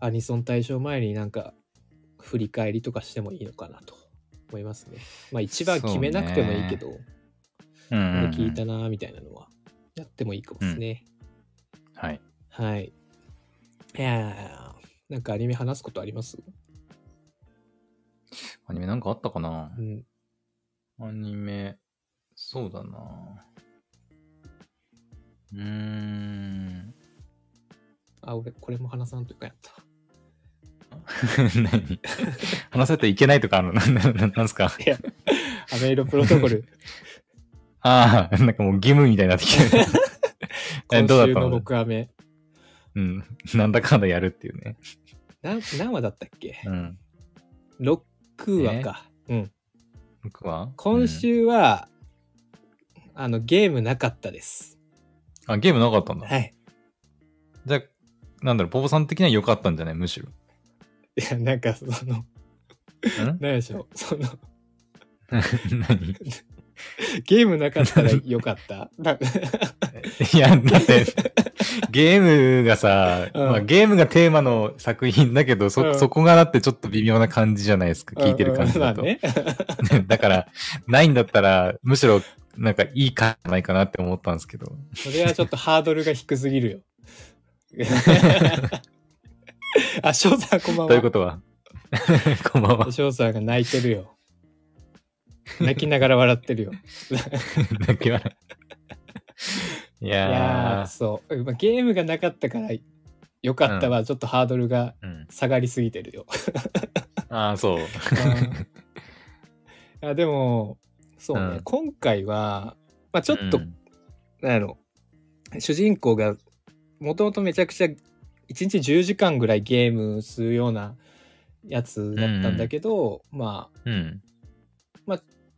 S1: あアニソン大賞前になんか振り返りとかしてもいいのかなと思いますねまあ一番決めなくてもいいけど、
S2: うん
S1: こ
S2: う
S1: れ
S2: んうん
S1: 聞いたなーみたいなのはやってもいいかもですね、
S2: はい。
S1: はい。いやーなんかアニメ話すことあります
S2: アニメなんかあったかな
S1: うん。
S2: アニメ、そうだな。うーん。
S1: あ、俺、これも話さんというかやった。
S2: [LAUGHS] 何話せていけないとかあるの [LAUGHS] ななななんすか
S1: いや、アメイロプロトコル、
S2: ああ、なんかもう義務みたいになってき [LAUGHS] てる。 [LAUGHS] え
S1: 今
S2: どうだ
S1: 週
S2: った
S1: の
S2: の
S1: 僕アメ。
S2: うん。なんだかんだやるっていうね。
S1: な何話だったっけ
S2: うん。
S1: ?6 話か。うん。
S2: 僕は
S1: 今、週は、あの、ゲームなかったです。
S2: うんあ、ゲームなかったんだ。
S1: はい。
S2: じゃあ、なんだろう、ポポさん的には良かったんじゃないむしろ。
S1: いや、なんか、その、
S2: ん
S1: 何
S2: [LAUGHS]
S1: でしょう。その、
S2: 何
S1: ゲームなかったらよかった。 [LAUGHS] な
S2: いや、だって、ゲームがさ、
S1: うん
S2: まあ、ゲームがテーマの作品だけど、そ、
S1: うん
S2: そこがだってちょっと微妙な感じじゃないですか、聞いてる感じだと。
S1: うんまあね。
S2: [LAUGHS] だから、ないんだったら、むしろ、なんかいいかないかなって思ったんですけど。
S1: それはちょっとハードルが低すぎ
S2: [LAUGHS]
S1: るよ。あ、翔さんこんばんは。
S2: ということは、 [LAUGHS] こんばんは。
S1: 翔さんが泣いてるよ。泣きながら笑ってるよ。
S2: 泣き笑い。い
S1: いやー、
S2: や
S1: そう。まあゲームがなかったからよかったは、ちょっとハードルが
S2: ー、うん。
S1: 下がりすぎてる
S2: [LAUGHS]
S1: よ。
S2: ああ、そう。
S1: うんいやでも、そうね、
S2: うん
S1: 今回は、まあ、ちょっと、
S2: うん
S1: なんやろ、主人公がもともとめちゃくちゃ1日10時間ぐらいゲームするようなやつだったんだけど、まあ
S2: うん。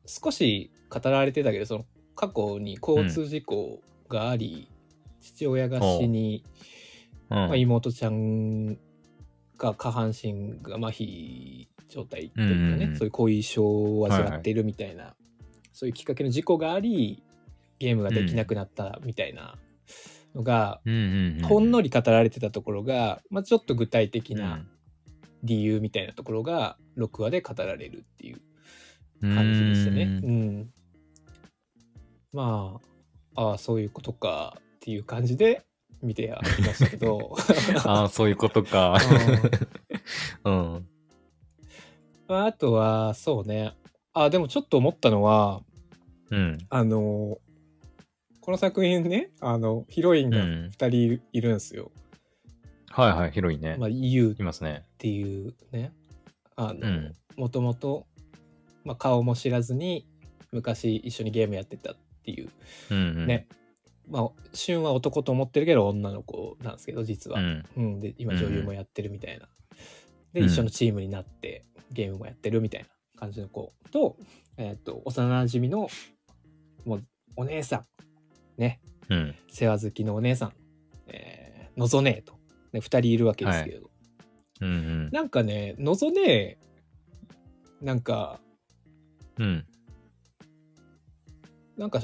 S1: 少し語られてたけどその過去に交通事故があり、父親が死に、
S2: う
S1: まあ、
S2: ん。
S1: 妹ちゃんが下半身が麻痺状態というかね、
S2: うんうんうん
S1: そういう後遺症を患ってるみたいな、そういうきっかけの事故がありゲームができなくなったみたいなのが、
S2: うんうんうん。
S1: ほんの
S2: り
S1: り語られてたところが、まあ、ちょっと具体的な理由みたいなところが6話で語られるっていう感じでしたね。うんまあああそういうことかっていう感じで見てやりましたけ
S2: [LAUGHS]
S1: ど [LAUGHS]
S2: ああ、そういうことか。 [LAUGHS] うん。
S1: まああとはそうねあでもちょっと思ったのは
S2: うん。
S1: あのこの作品ねあのヒロイン
S2: う
S1: が
S2: ん。
S1: 2人いるんですよ、
S2: はいはい、広いね。
S1: まあ、ユウっ
S2: いますね。
S1: ていうねあ
S2: う
S1: の、
S2: ん。
S1: もともと、まあ、顔も知らずに昔一緒にゲームやってたっていう、
S2: うん、うん。
S1: ね。まあ旬は男と思ってるけど女の子なんですけど実は、
S2: う
S1: うん
S2: ん。
S1: で今女優もやってるみたいな、
S2: う
S1: で
S2: ん
S1: 一緒のチームになってゲームもやってるみたいな感じの子と,、えー、と幼馴染のもうお姉さんね
S2: うん。
S1: 世話好きのお姉さん、えー、のぞねえと、ね、2人いるわけですけれど、
S2: うん。
S1: なんかねのぞねえなんか
S2: うん。
S1: なんか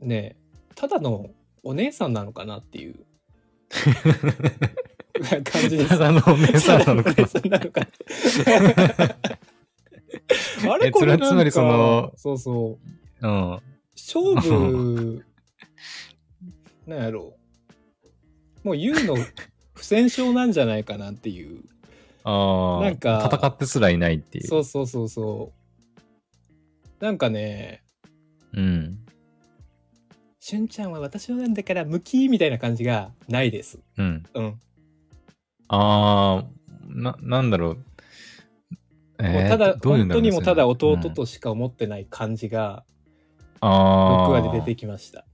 S1: ねただのお姉さんなのかなって
S2: [LAUGHS]
S1: いう感じです
S2: [LAUGHS] た。だのお姉さんなの
S1: [LAUGHS]
S2: か
S1: ただお姉さんなのか
S2: [LAUGHS]
S1: なあれ
S2: え
S1: これなんか
S2: つまりその
S1: そうそう
S2: な。うん。
S1: 勝負なんやろうもう優の不戦勝なんじゃないかなっていう
S2: ああ。
S1: なんか
S2: 戦ってすらいないっていう。
S1: そうそうそうそうなんかね
S2: うん。
S1: しゅんちゃんは私のなんだから向きみたいな感じがないです
S2: うん。
S1: うん
S2: ああ、な、なんだろう。
S1: もう
S2: えー
S1: ただ、
S2: どういう
S1: 本
S2: んだろ
S1: 当
S2: う
S1: に
S2: ね
S1: もうただ弟
S2: それうん
S1: としか思ってない感じが
S2: あ
S1: 6
S2: あ。
S1: 話で出てきました。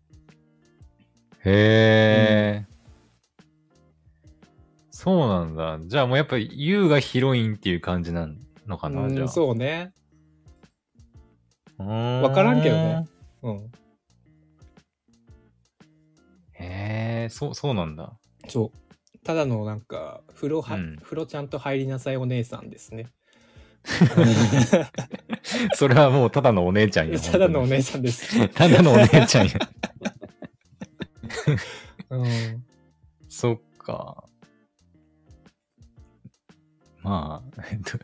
S2: へえ、そうなんだ。じゃあもうやっぱり U がヒロインっていう感じなのかな、じ
S1: う
S2: ゃあ。
S1: ん、そうね。
S2: うー。
S1: わからんけどねうん。
S2: へえ、そう、そうなんだ。
S1: そう。ただのなんか、風呂は、
S2: うん
S1: 風呂ちゃんと入りなさいお姉さんですね。
S2: それはもうただのお姉ちゃんよ。
S1: [LAUGHS] ただのお姉
S2: ち
S1: さんです。
S2: ゃん。ただのお姉
S1: [LAUGHS]
S2: ちゃんよ。
S1: うん。
S2: そっか。まあ、 [LAUGHS] えっと、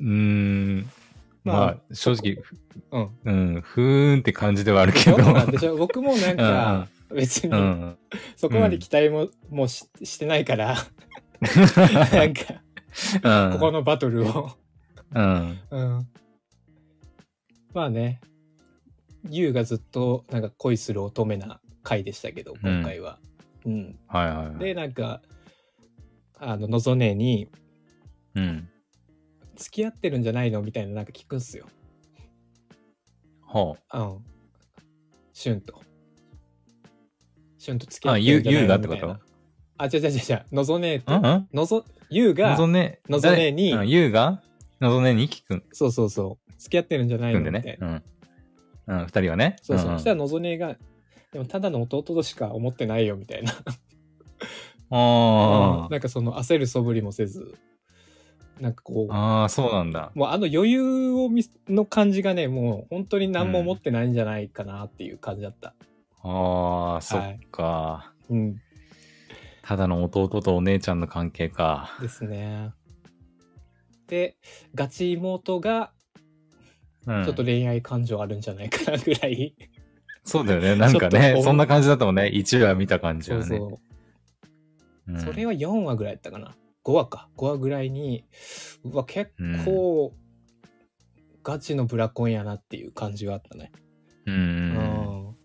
S2: うーん。
S1: ま
S2: ま
S1: あ
S2: あ、正直、 [LAUGHS]
S1: うん。
S2: うん、ふーんって感じではあるけ
S1: そう
S2: ど。
S1: なんでしょ僕もなんか、
S2: う
S1: 別
S2: んうん。う
S1: に、
S2: ん
S1: そこまで期待も、もうししてないから、なんか、
S2: うん
S1: [LAUGHS] ここのバトルを。
S2: うん。
S1: うん。まあね、優がずっとなんか恋する乙女な回でしたけど、今回は。うん。
S2: はいはいはい。
S1: で、なんか、あの、のぞねえに、
S2: うん。
S1: 付き合ってるんじゃないのみたいななんか聞くんすよ。
S2: ほう。
S1: うん。しゅんと。しゅんと付き合っ
S2: あ
S1: て
S2: ゆ
S1: るんじゃないの
S2: ゆうがって
S1: みたいな
S2: こ
S1: あ、違う違う違う違う。のぞねえ
S2: うんう
S1: と、
S2: ん
S1: のぞ、優が、
S2: 望ね、
S1: のぞねに
S2: 誰うんゆうが、のぞねに聞くん、
S1: そうそうそう、付き合ってるんじゃない
S2: 聞
S1: の
S2: くんで
S1: みた
S2: ね
S1: い。な。
S2: うん。うん、二人はね。
S1: そうそう。
S2: ん
S1: そ
S2: ん
S1: したらのぞねえが、でもただの弟としか思ってないよみたいな。
S2: あー
S1: なんかその焦る素振りもせずなんかこう
S2: あー、そうなんだ。
S1: もうあの余裕を見せの感じがねもう本当に何も持ってないんじゃないかなっていう感じだった、
S2: ああ、そっか。
S1: うん、
S2: ただの弟とお姉ちゃんの関係か。
S1: ですねでガチ妹が
S2: うん
S1: ちょっと恋愛感情あるんじゃないかなぐらい、
S2: そうだよね。なんか
S1: ちょっと
S2: ね
S1: お、
S2: そんな感じだったもんね。一話見た感じ
S1: そう
S2: は
S1: そ
S2: ね。
S1: う、
S2: うん
S1: それは4話ぐらいだったかな5話か5話ぐらいにうわ結構、ガチのブラコンやなっていう感じがあったね
S2: う。
S1: うんん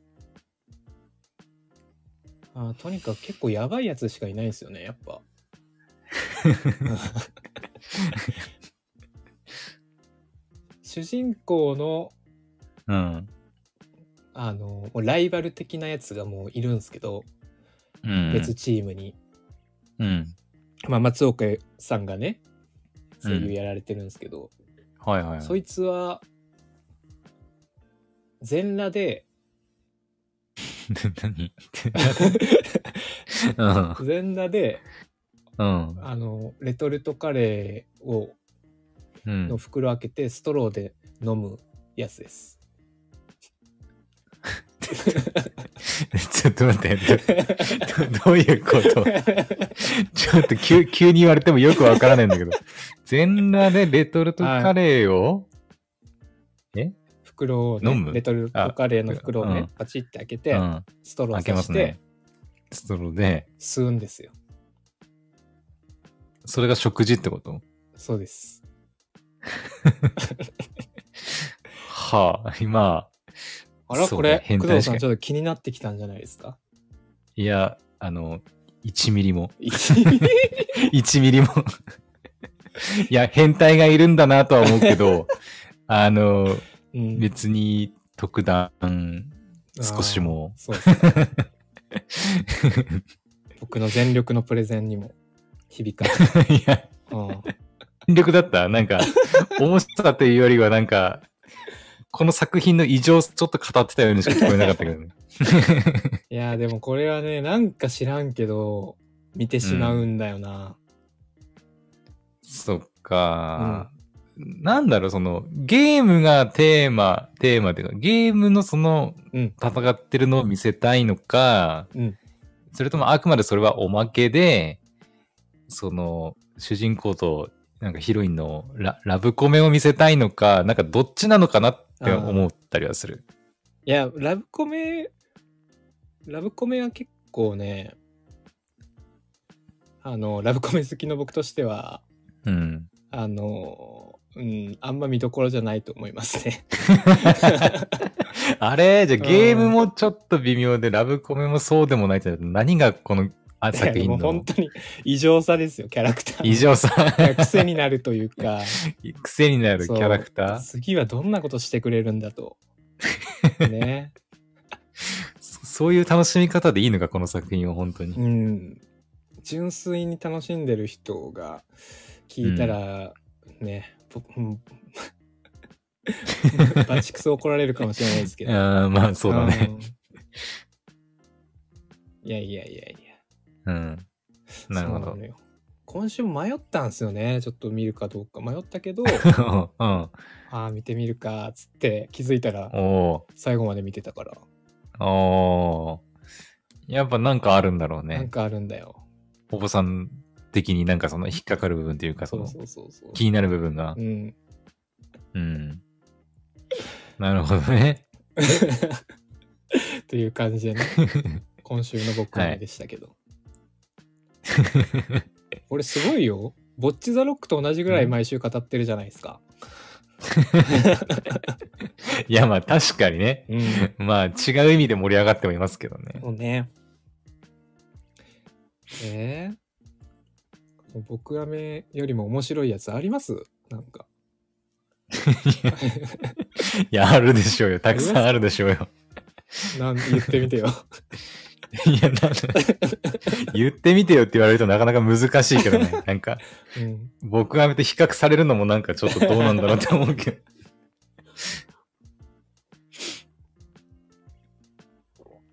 S1: あーとにかく結構やばいやつしかいないんですよねやっぱ主人公の
S2: うん。
S1: あのもうライバル的なやつがもういるんですけど、
S2: うん。
S1: 別チームに、
S2: うん。
S1: まあ、松岡さんがね声
S2: う
S1: 優
S2: ん
S1: やられてるんですけど、
S2: はいはいは
S1: そ
S2: い。
S1: いつは全裸で
S2: [LAUGHS]
S1: [LAUGHS]
S2: 何うん。
S1: 全裸で
S2: うん。
S1: あのレトルトカレーを
S2: うん
S1: の。袋開けてストローで飲むやつです。
S2: [LAUGHS] ちょっと待って、ど [LAUGHS] どどういうことちょっと急急に言われてもよくわからないんだけど。全裸でレトルトカレーを、
S1: 袋を、ね、
S2: 飲む
S1: レトルトカレーの袋をね、
S2: うん
S1: パチって開け
S2: う
S1: て、
S2: ん。
S1: ストロー
S2: 開
S1: さ
S2: けます
S1: して、
S2: ね。ストローで、
S1: 吸うんですよ。
S2: それが食事ってこと
S1: そうです。
S2: はあ、今、
S1: あら、
S2: そう
S1: こ
S2: ね
S1: れ、
S2: 変
S1: 工
S2: 態
S1: 藤さ
S2: しか
S1: んちょっと気になってきたんじゃないです
S2: [LAUGHS]
S1: か
S2: いや、あの、1ミリ [LAUGHS] も、
S1: い
S2: 1ミリも。いや、変態がいるんだなとは思うけ [LAUGHS] ど、あの、
S1: うん
S2: 別に特段、少しも
S1: あー。そうです
S2: [LAUGHS]
S1: ね僕の全力のプレゼンにも響かない。
S2: [LAUGHS] いや、
S1: うん
S2: 全力だったなんか、面白さというよりは、なんか、この作品の異常をちょっと語ってたようにしか聞こえなかったけどね。
S1: いやーでもこれはねなんか知らんけど見てしまうんだよな。
S2: そっか、なんだろう、その、ゲームがテーマ、テーマっていうか、ゲームのその、
S1: うん
S2: 戦ってるのを見せたいのか、
S1: うん
S2: それともあくまでそれはおまけで、その、主人公と、なんかヒロインのララブコメを見せたいのか、なんかどっちなのかなって思ったりはする。
S1: いやラブコメラブコメは結構ねあのラブコメ好きの僕としては
S2: うん。
S1: あのうんあんま見どころじゃないと思います
S2: [LAUGHS]
S1: ね。
S2: あれじゃあゲームもちょっと微妙で、ラブコメもそうでもないってなると何がこのあ
S1: いや
S2: 作
S1: でも
S2: 品
S1: 本
S2: の
S1: 当に異常さですよキャラクタ
S2: 異
S1: ー。
S2: 常さ、
S1: [LAUGHS] 癖になるというか。
S2: 癖になるキャラクター
S1: 次はどんなことしてくれるんだと。ね。
S2: そそういう楽しみ方でいいのか、この作品を本当に。
S1: うん。純粋に楽しんでる人が聞いたら、ね、ぼうん [LAUGHS] バチクソ怒られるかもしれないですけど。
S2: あーまあそうだね。
S1: うん。いやいやいやいや。
S2: うん。なるほ
S1: そう
S2: ど。
S1: のよ今週迷ったんですよね。ちょっと見るかどうか迷った
S2: [LAUGHS]
S1: けど、
S2: うん。
S1: ああ、見てみるか、つって気づいたら
S2: お
S1: 最後まで見てたから、
S2: ーおーやっぱなんかあるんだろう
S1: なん
S2: ね。
S1: かあるんだよ。
S2: お坊さん的になんかその引っかかる部分というか、そ
S1: そう
S2: の
S1: そうそうそう。
S2: 気になる部分が
S1: う。ん。
S2: うん。なるほどね。 [LAUGHS]
S1: という感じでね [LAUGHS] 今週の僕はでしたけど、 [LAUGHS] 俺すごいよボッチ・ザ・ロックと同じぐらい毎週語ってるじゃないですか、
S2: いやまあ確かにね。
S1: うん
S2: まあ違う意味で盛り上がってもいますけどね。
S1: そうねえー、僕アメよりも面白いやつありますなんか
S2: いや、あるでしょうよ。たくさんあるでしょうよ。
S1: なん言ってみてよ
S2: いや、なんだ言ってみてよって言われるとなかなか難しいけ
S1: [LAUGHS]
S2: どね。なんか、
S1: [LAUGHS] うん
S2: 僕が見て比較されるのもなんかちょっとどうなんだろうって思うけど。 [LAUGHS]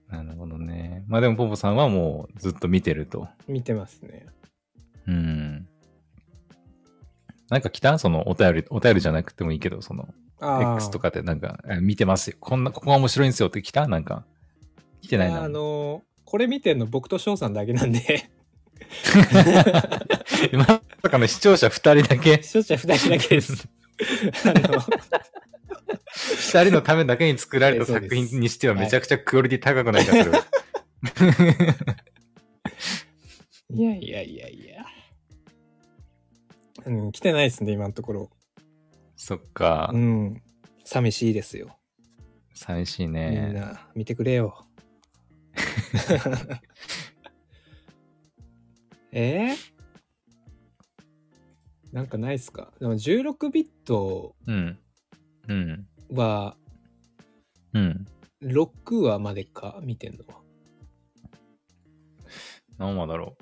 S2: なるほどね。まあでも、ポポさんはもうずっと見てると。
S1: 見てますね
S2: うん。なんか来たそのお便り、お便りじゃなくてもいいけど、その
S1: あ
S2: X と
S1: か
S2: かでなんかえ見てますよ。こんな、ここが面白いんですよって来たなんか。来てないな。
S1: あのーこれ見てんの僕と翔さんだけなんで
S2: まさかの視聴者2人だ
S1: [LAUGHS]
S2: け、
S1: 翔ちゃん2人だけです [LAUGHS] あの
S2: 2人のためだけに作られた
S1: えそうで
S2: 作
S1: す
S2: 品にしてはめちゃくちゃクオリティ高くないかす
S1: [LAUGHS]
S2: る。
S1: いやいやいやいや。うん、来てないですね、今のところ。
S2: そっか、
S1: うん。寂しいですよ。
S2: 寂しい
S1: みん
S2: ね。
S1: な、見てくれ
S2: [LAUGHS]
S1: よ。えー、なんかないっすかでも16ビット
S2: うん。うん。
S1: は、
S2: うん。
S1: 6話までか、見てんのは。
S2: 何話だろ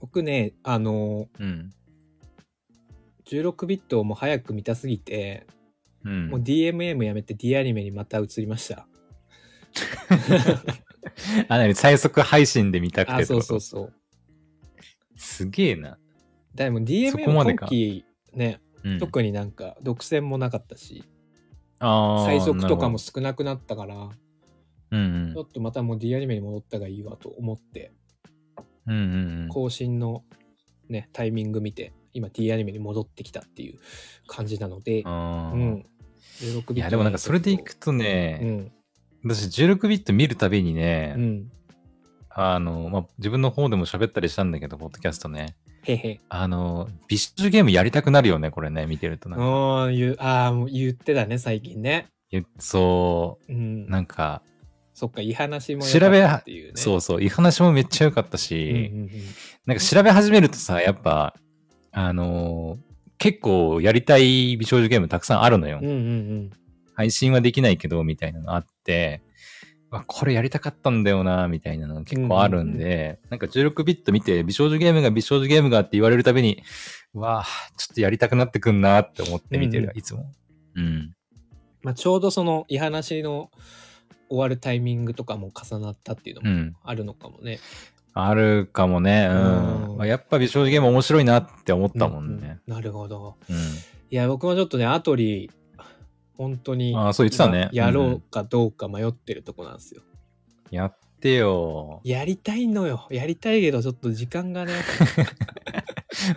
S1: 僕ね、あの、
S2: う。うん。
S1: 16ビットをもう早く見たすぎて、
S2: うん
S1: もう。DMM やめて D アニメにまた移りました。
S2: あ、なに最速配信で見たくて
S1: あ、
S2: って
S1: そ
S2: こ
S1: う
S2: と
S1: そうそう。
S2: すげえな。
S1: でも
S2: そ
S1: DMM
S2: こまで
S1: の
S2: か
S1: 今期ね、
S2: うん、
S1: 特になんか独占もなかったし、
S2: あー
S1: 最速とかも
S2: なる
S1: 少なくなったから、
S2: ほどうん
S1: ちょっとまたもう D アニメに戻ったがいいわと思って、
S2: うん。うんうんうん。
S1: 更新のね、タイミング見て、今 D アニメに戻ってきたっていう感じなので、
S2: あ
S1: う
S2: ー
S1: ん。 16
S2: い
S1: ビット
S2: や、でもなんかそれでいくとね、
S1: ね、
S2: 私16ビット見るたびにね、
S1: うん。うん。
S2: あの、まあ、自分の方でも喋ったりしたんだけど、ポッドキャストね。
S1: へへ。
S2: あの、ビッシュゲームやりたくなるよね、これね、見てるとなんか。
S1: ああ、言う、ああ、もう言ってたね、最近ね。
S2: ゆそ
S1: うん
S2: う、。なんか、
S1: そっか、いい話も
S2: 調べ
S1: 良かったっていうね。
S2: そうそう、いい話もめっちゃ良かっ
S1: うんう
S2: た
S1: ん
S2: し、
S1: うん。
S2: なんか調べ始めるとさ、やっぱ、あの結構やりたい美少女ゲームたくさんあるのよ。
S1: うんうん
S2: 配信はできないけど、みたいなのあって、わこれやりたかったんだよな、みたいなの結構あるんで、なんか16ビット見て、美少女ゲームが美少女ゲームがって言われるたびに、うわあちょっとやりたくなってくんなって思って見てる、
S1: うんう
S2: いつも。うん。
S1: まあ、ちょうどその、いい話の終わるタイミングとかも重なったっていうの
S2: う
S1: も
S2: ん。
S1: あるのかもね。
S2: あるかもね。うん。
S1: うん
S2: まあ、やっぱ美少女ゲーム面白いなって思ったもんね。
S1: ううなるほど。
S2: うん。
S1: いや、僕もちょっとね、アトリ、本当に、
S2: ああ、そう言ってたね。
S1: 今やろ
S2: ん
S1: うかどうか迷ってるとこなんですよ。
S2: やってよ。
S1: やりたいのよ。やりたいけど、ちょっと時間
S2: [LAUGHS]
S1: がね。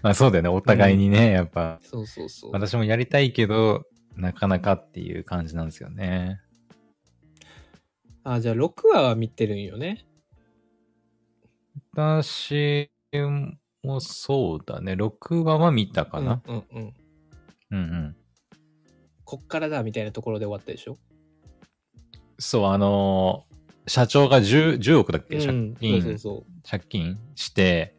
S2: まあそうだよね。お互いにね、やっぱ。
S1: そうそうそう。
S2: 私もやりたいけど、なかなかっていう感じなんですよね。
S1: あ、じゃあ6話は見てるんよね。
S2: 私もそうだね。6話は見たかな。
S1: うんうんうん。
S2: うん、うん、
S1: こっからだみたいなところで終わったでしょ。
S2: そう、あのー社長が 10, 10億だっけ
S1: う
S2: 借
S1: ん、そう
S2: 金、
S1: そうそう。
S2: 借金して、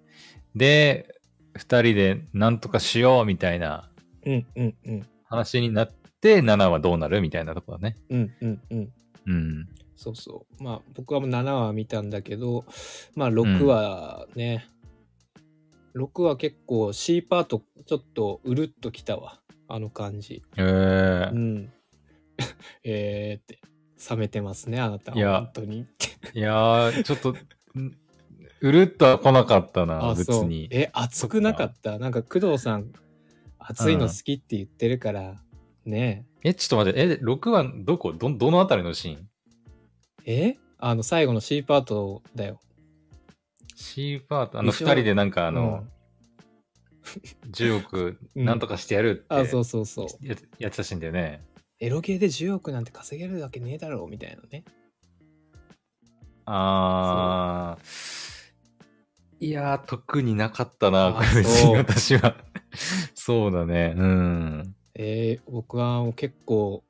S2: で、2人でなんとかしようみたいな
S1: うんうんうん。
S2: 話になって、7話どうなるみたいなとこだね。
S1: うんうんうん。
S2: うん。
S1: そうそう。まあ僕はもう7話見たんだけど、まあ6話ね。6話結構 C パートちょっとうるっときたわ。あの感じ。
S2: えー
S1: うん。 [LAUGHS] えーって。冷めてますね、あなたは。
S2: いや
S1: 本当に。
S2: いやー、ちょっと、 [LAUGHS] んうるっとは来なかったな、
S1: あ、
S2: 別
S1: そう。
S2: に。
S1: え、熱くなかったなんか工藤さん、熱いの好きって言ってるから、ね
S2: え、ちょっと待って、え、6話、どこど、どのあたりのシーン
S1: え。えあの、最後の C パートだよ。
S2: ?C パート、あの、
S1: 一
S2: 二
S1: 緒
S2: 人でなんかあの、10億、
S1: うん
S2: なんとかしてやるって、
S1: うん、あ、そうそうそう。
S2: ややってたシーンだよね。
S1: エロゲーで10億なんて稼げるわけねえだろうみたいなね。
S2: あー、いやー、特になかったな、
S1: あ
S2: これ別に
S1: そう
S2: 私は。 [LAUGHS] そうだね、うん。
S1: えー僕はもう結構、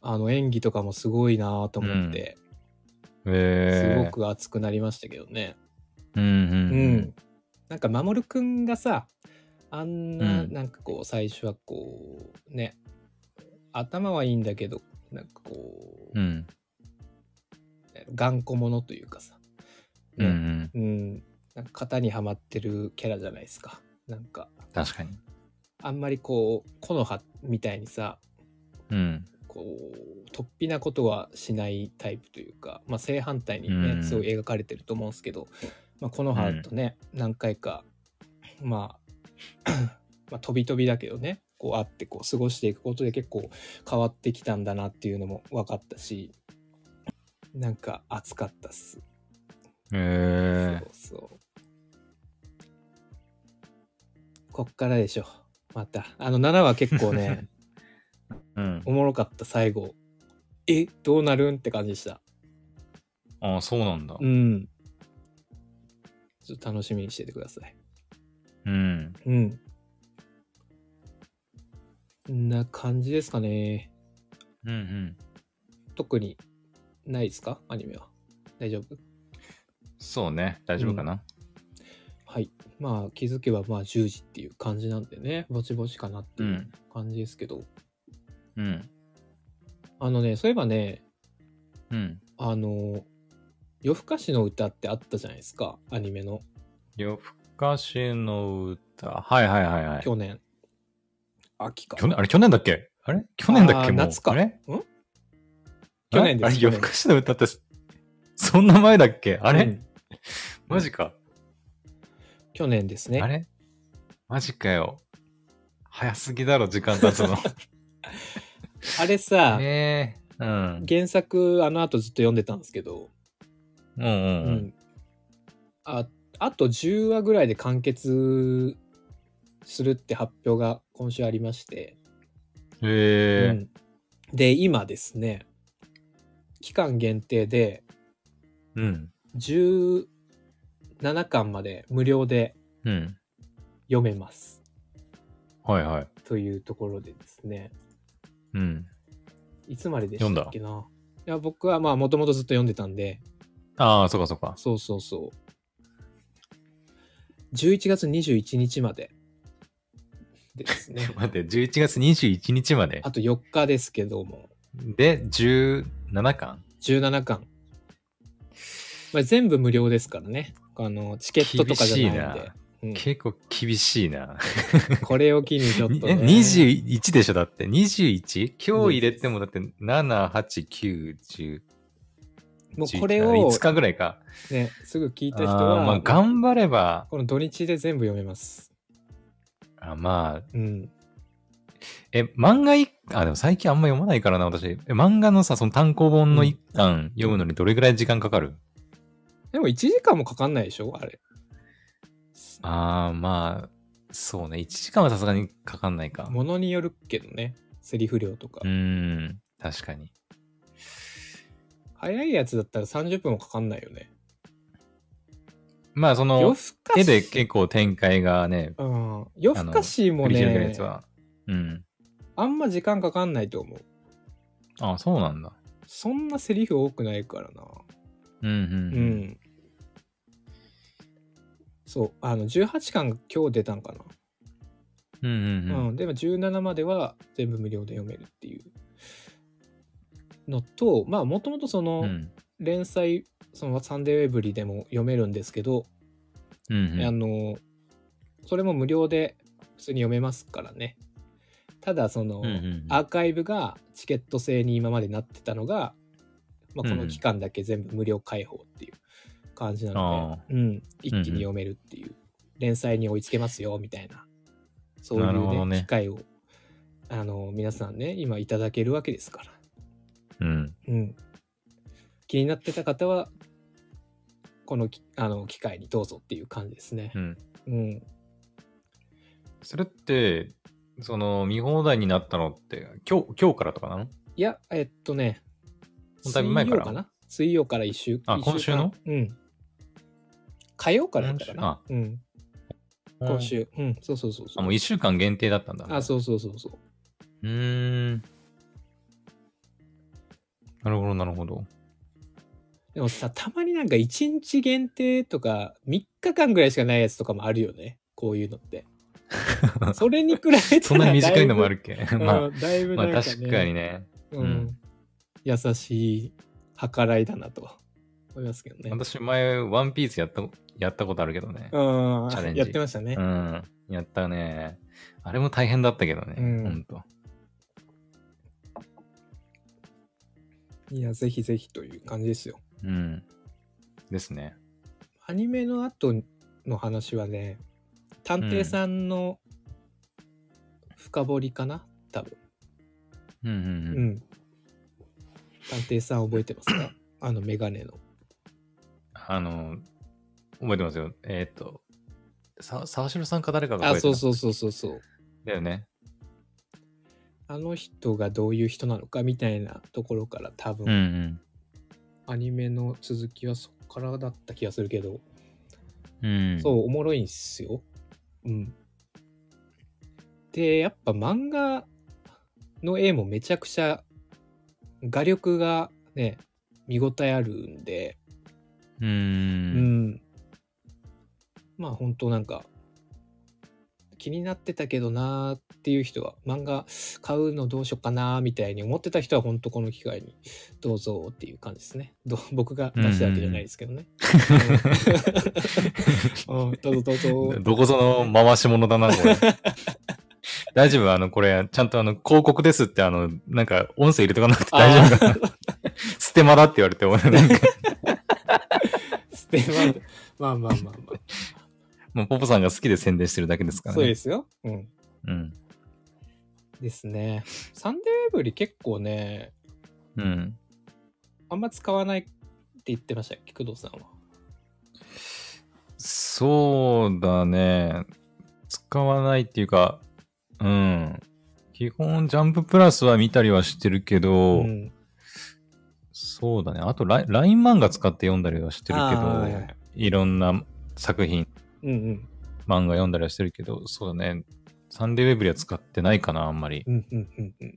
S1: あの演技とかもすごいなと思って、す
S2: えー、
S1: ご。く熱くなりましたけどね。
S2: うんうん
S1: う
S2: うん。
S1: ん、なんか守くんがさあんな、
S2: うん
S1: なんかこう最初はこうね頭はいいんだけどなんかこう、
S2: うん。
S1: 頑固者というかさ、
S2: うん、う
S1: ね
S2: ん。
S1: うんなんか型にはまってるキャラじゃないですかなんか
S2: 確かに。
S1: あんまりこう木の葉みたいにさ
S2: うん。
S1: こう突飛なことはしないタイプというか、まあ、正反対にね、
S2: うん
S1: すごい描かれてると思うんですけど、まあ、この葉とね、何回か、まあ、 [COUGHS] まあ飛び飛びだけどねこう会ってこう過ごしていくことで結構変わってきたんだなっていうのも分かったしなんか熱かったっす、
S2: え
S1: そうそうこっからでしょまたあの7は結構ね
S2: ー、うん。
S1: おもろかった最後えどうなるんって感じでした
S2: ああ、そうなんだ
S1: う。んちょっと楽しみにしててください
S2: うん。
S1: うんこんな感じですかね
S2: うんうん。
S1: 特にないですかアニメは大丈夫
S2: そうね。大丈夫かな。
S1: はいまあ気づけばまあ10時っていう感じなんでねぼちぼちかなっていうう感じですけど、
S2: うん。
S1: あのねそういえばね
S2: うん。
S1: あの夜更かしの歌ってあったじゃないですかアニメの
S2: 夜更かしの歌。はいはいはいはい。
S1: 去年秋か
S2: 去年、あれ去年だっけあれ去年だっ
S1: あ
S2: け
S1: ー
S2: もう。
S1: 夏か
S2: あれ
S1: ん去年です
S2: あれ
S1: 去年
S2: 夜更かしの歌って、そんな前だっけあれ、
S1: うん
S2: マジか。
S1: 去年ですね
S2: あれマジかよ。早すぎだろ、時間経つ [LAUGHS] の。
S1: あれさ、
S2: ええうん。
S1: 原作あの後ずっと読んでたんですけど、
S2: うんうん
S1: う
S2: うん。
S1: んああと10話ぐらいで完結するって発表が今週ありましてう
S2: え
S1: んで、今ですね、期間限定で
S2: えうん。
S1: 17巻まで無料で
S2: うん。
S1: 読めます
S2: はいはい。
S1: というところでですね、
S2: うん。
S1: いつまででしたっけないや僕はまあもともとずっと読んでたんで、
S2: ああ、そうかそうか。。
S1: そうそうそう。11月21日までですね
S2: [LAUGHS] 待って、11月21日まで
S1: あ。と4日ですけども、
S2: で、17巻
S1: 17巻。まあ、全部無料ですからね。あの、チケットとかじゃないんで。うん
S2: 結構厳しいな。
S1: これを機にちょっと、
S2: [LAUGHS] え、
S1: ね。
S2: 21でしょだって。21? 今日入れてもだって7、8、9、10。
S1: もうこれを
S2: 5、日ぐらいか。
S1: ね、すぐ聞い
S2: あ
S1: た人
S2: ーまあ、
S1: は、
S2: 頑張れば、
S1: この土日で全部読めます。
S2: あまあ、
S1: うん。
S2: え、漫画一あ、でも最近あんま読まないからな、私。え漫画のさ、その単行本の一巻読むのにどれぐらい時間かかる、
S1: でも1時間もかかんないでしょあれ。
S2: ああ、まあ、そうね。1時間はさすがにかかんないか。
S1: ものによるけどね。セリフ量とか。
S2: うーん、確かに。
S1: 早いやつだったら30分もかかんないよね。
S2: まあ、そ
S1: 夜
S2: の、
S1: 更かし。
S2: 絵で結構展開がね、
S1: うん。夜更かしも
S2: 繰り広げるや
S1: ね
S2: つ、は。うん。
S1: あんま時間かかんないと思う。
S2: ああ、そうなんだ。
S1: そんなセリフ多くないからな。
S2: うん、うん。
S1: う
S2: うん、
S1: ん。そう、あの、18巻が今日出たんかな。
S2: うん、うんうん。
S1: うん、でも17までは全部無料で読めるっていうのとまあもともとそうの
S2: ん
S1: 連載、その「サンデーウェブリ」でも読めるんですけど、
S2: うん
S1: あのそれも無料で普通に読めますからねただその、
S2: うんうん
S1: アーカイブがチケット制に今までなってたのが、まあ、こ
S2: うんう
S1: の
S2: ん
S1: 期間だけ全部無料開放っていう感じなので、うん、一気に読めるっていう、連載に追いつけますよみたいなそういう
S2: なるほ
S1: ね
S2: どね
S1: 機会をあの皆さんね今いただけるわけですから、
S2: うん。
S1: うん、気になってた方はこのきあの機会にどうぞっていう感じですね
S2: う。ん。
S1: うん、
S2: それって、その、見放題になったのって、今日、今日からとかなの
S1: いやえっとね
S2: だいぶ前から
S1: 水曜かな水曜から1週
S2: あ
S1: 一週
S2: 今週の
S1: 間うん火曜からだったかなうん今。週うんそうそうそうそ
S2: あ、
S1: う
S2: もう1週間限定だったんだ、
S1: あそうそうそうそう
S2: うーん。なるほど、なるほど。
S1: でもさたまになんか1日限定とか3日間ぐらいしかないやつとかもあるよねこういうのって
S2: [LAUGHS]
S1: それに比べて
S2: そんな短いのもあるっ
S1: [LAUGHS]
S2: け
S1: ま
S2: ま
S1: あだい
S2: あ、
S1: ぶ
S2: ま
S1: なん
S2: あ
S1: か、ね
S2: 確かにね。
S1: うん
S2: うん
S1: 優しい計らいだなと思いますけどね
S2: 私、前、ワンピースやった、やったことあるけどね。
S1: うん
S2: チャレンジ
S1: やってましたね、
S2: うん。やったね。あれも大変だったけどね。
S1: うん
S2: ほんと。
S1: いやぜひぜひという感じですよ
S2: うん。ですね。
S1: アニメの後の話はね、探偵さんの深掘りかな、多分。
S2: うんうん
S1: う
S2: うん。
S1: ん。探偵さん覚えてます
S2: [COUGHS]
S1: かあのメガネの。
S2: あの、覚えてますよ。えーっと、さ、沢城さんか誰かが
S1: あ、
S2: 覚えて
S1: そう
S2: ます
S1: そうそうそうそう。
S2: だよね。
S1: あの人がどういう人なのかみたいなところから多
S2: うんう
S1: 分、
S2: ん。
S1: アニメの続きはそっからだった気がするけど、
S2: うん。
S1: そう、おもろいんすよ。うん。で、やっぱ漫画の絵もめちゃくちゃ画力がね、見応えあるんで、
S2: う。
S1: うんん。まあ本当なんか、気になってたけどなーっていう人は、漫画買うのどうしようかなーみたいに思ってた人は本当この機会にどうぞっていう感じですね。ど僕が出したわけじゃないですけどね。 [LAUGHS] うん、どうぞどうぞ。
S2: どこぞの回し者だな、こ
S1: [LAUGHS]
S2: れ。大丈夫あの、これ、ちゃんとあの、広告ですって、あの、なんか、音声入れとかなくて大丈夫かなステマだって言われて、俺、なんか、
S1: ステマでまあまあまあま
S2: もうポポさんが好きで宣伝してるだけですか
S1: あ。
S2: らね。
S1: そうですよ。うん。
S2: うん。
S1: ですね。サンデーウェブリ結構ね、
S2: うん。
S1: あんま使わないって言ってましたっけ、工藤さんは。
S2: そうだね。使わないっていうか、うん。基本、ジャンププラスは見たりはしてるけど、
S1: うん
S2: そうだね。あとライン、LINE 漫画使って読んだりはしてるけ
S1: あーはいは
S2: ど
S1: い、
S2: いろんな作品、
S1: うん
S2: 漫画読んだりはしてるけど、そうだね。サンデーウェブリは使ってないかな、あんまり。
S1: うんうんうんうんうん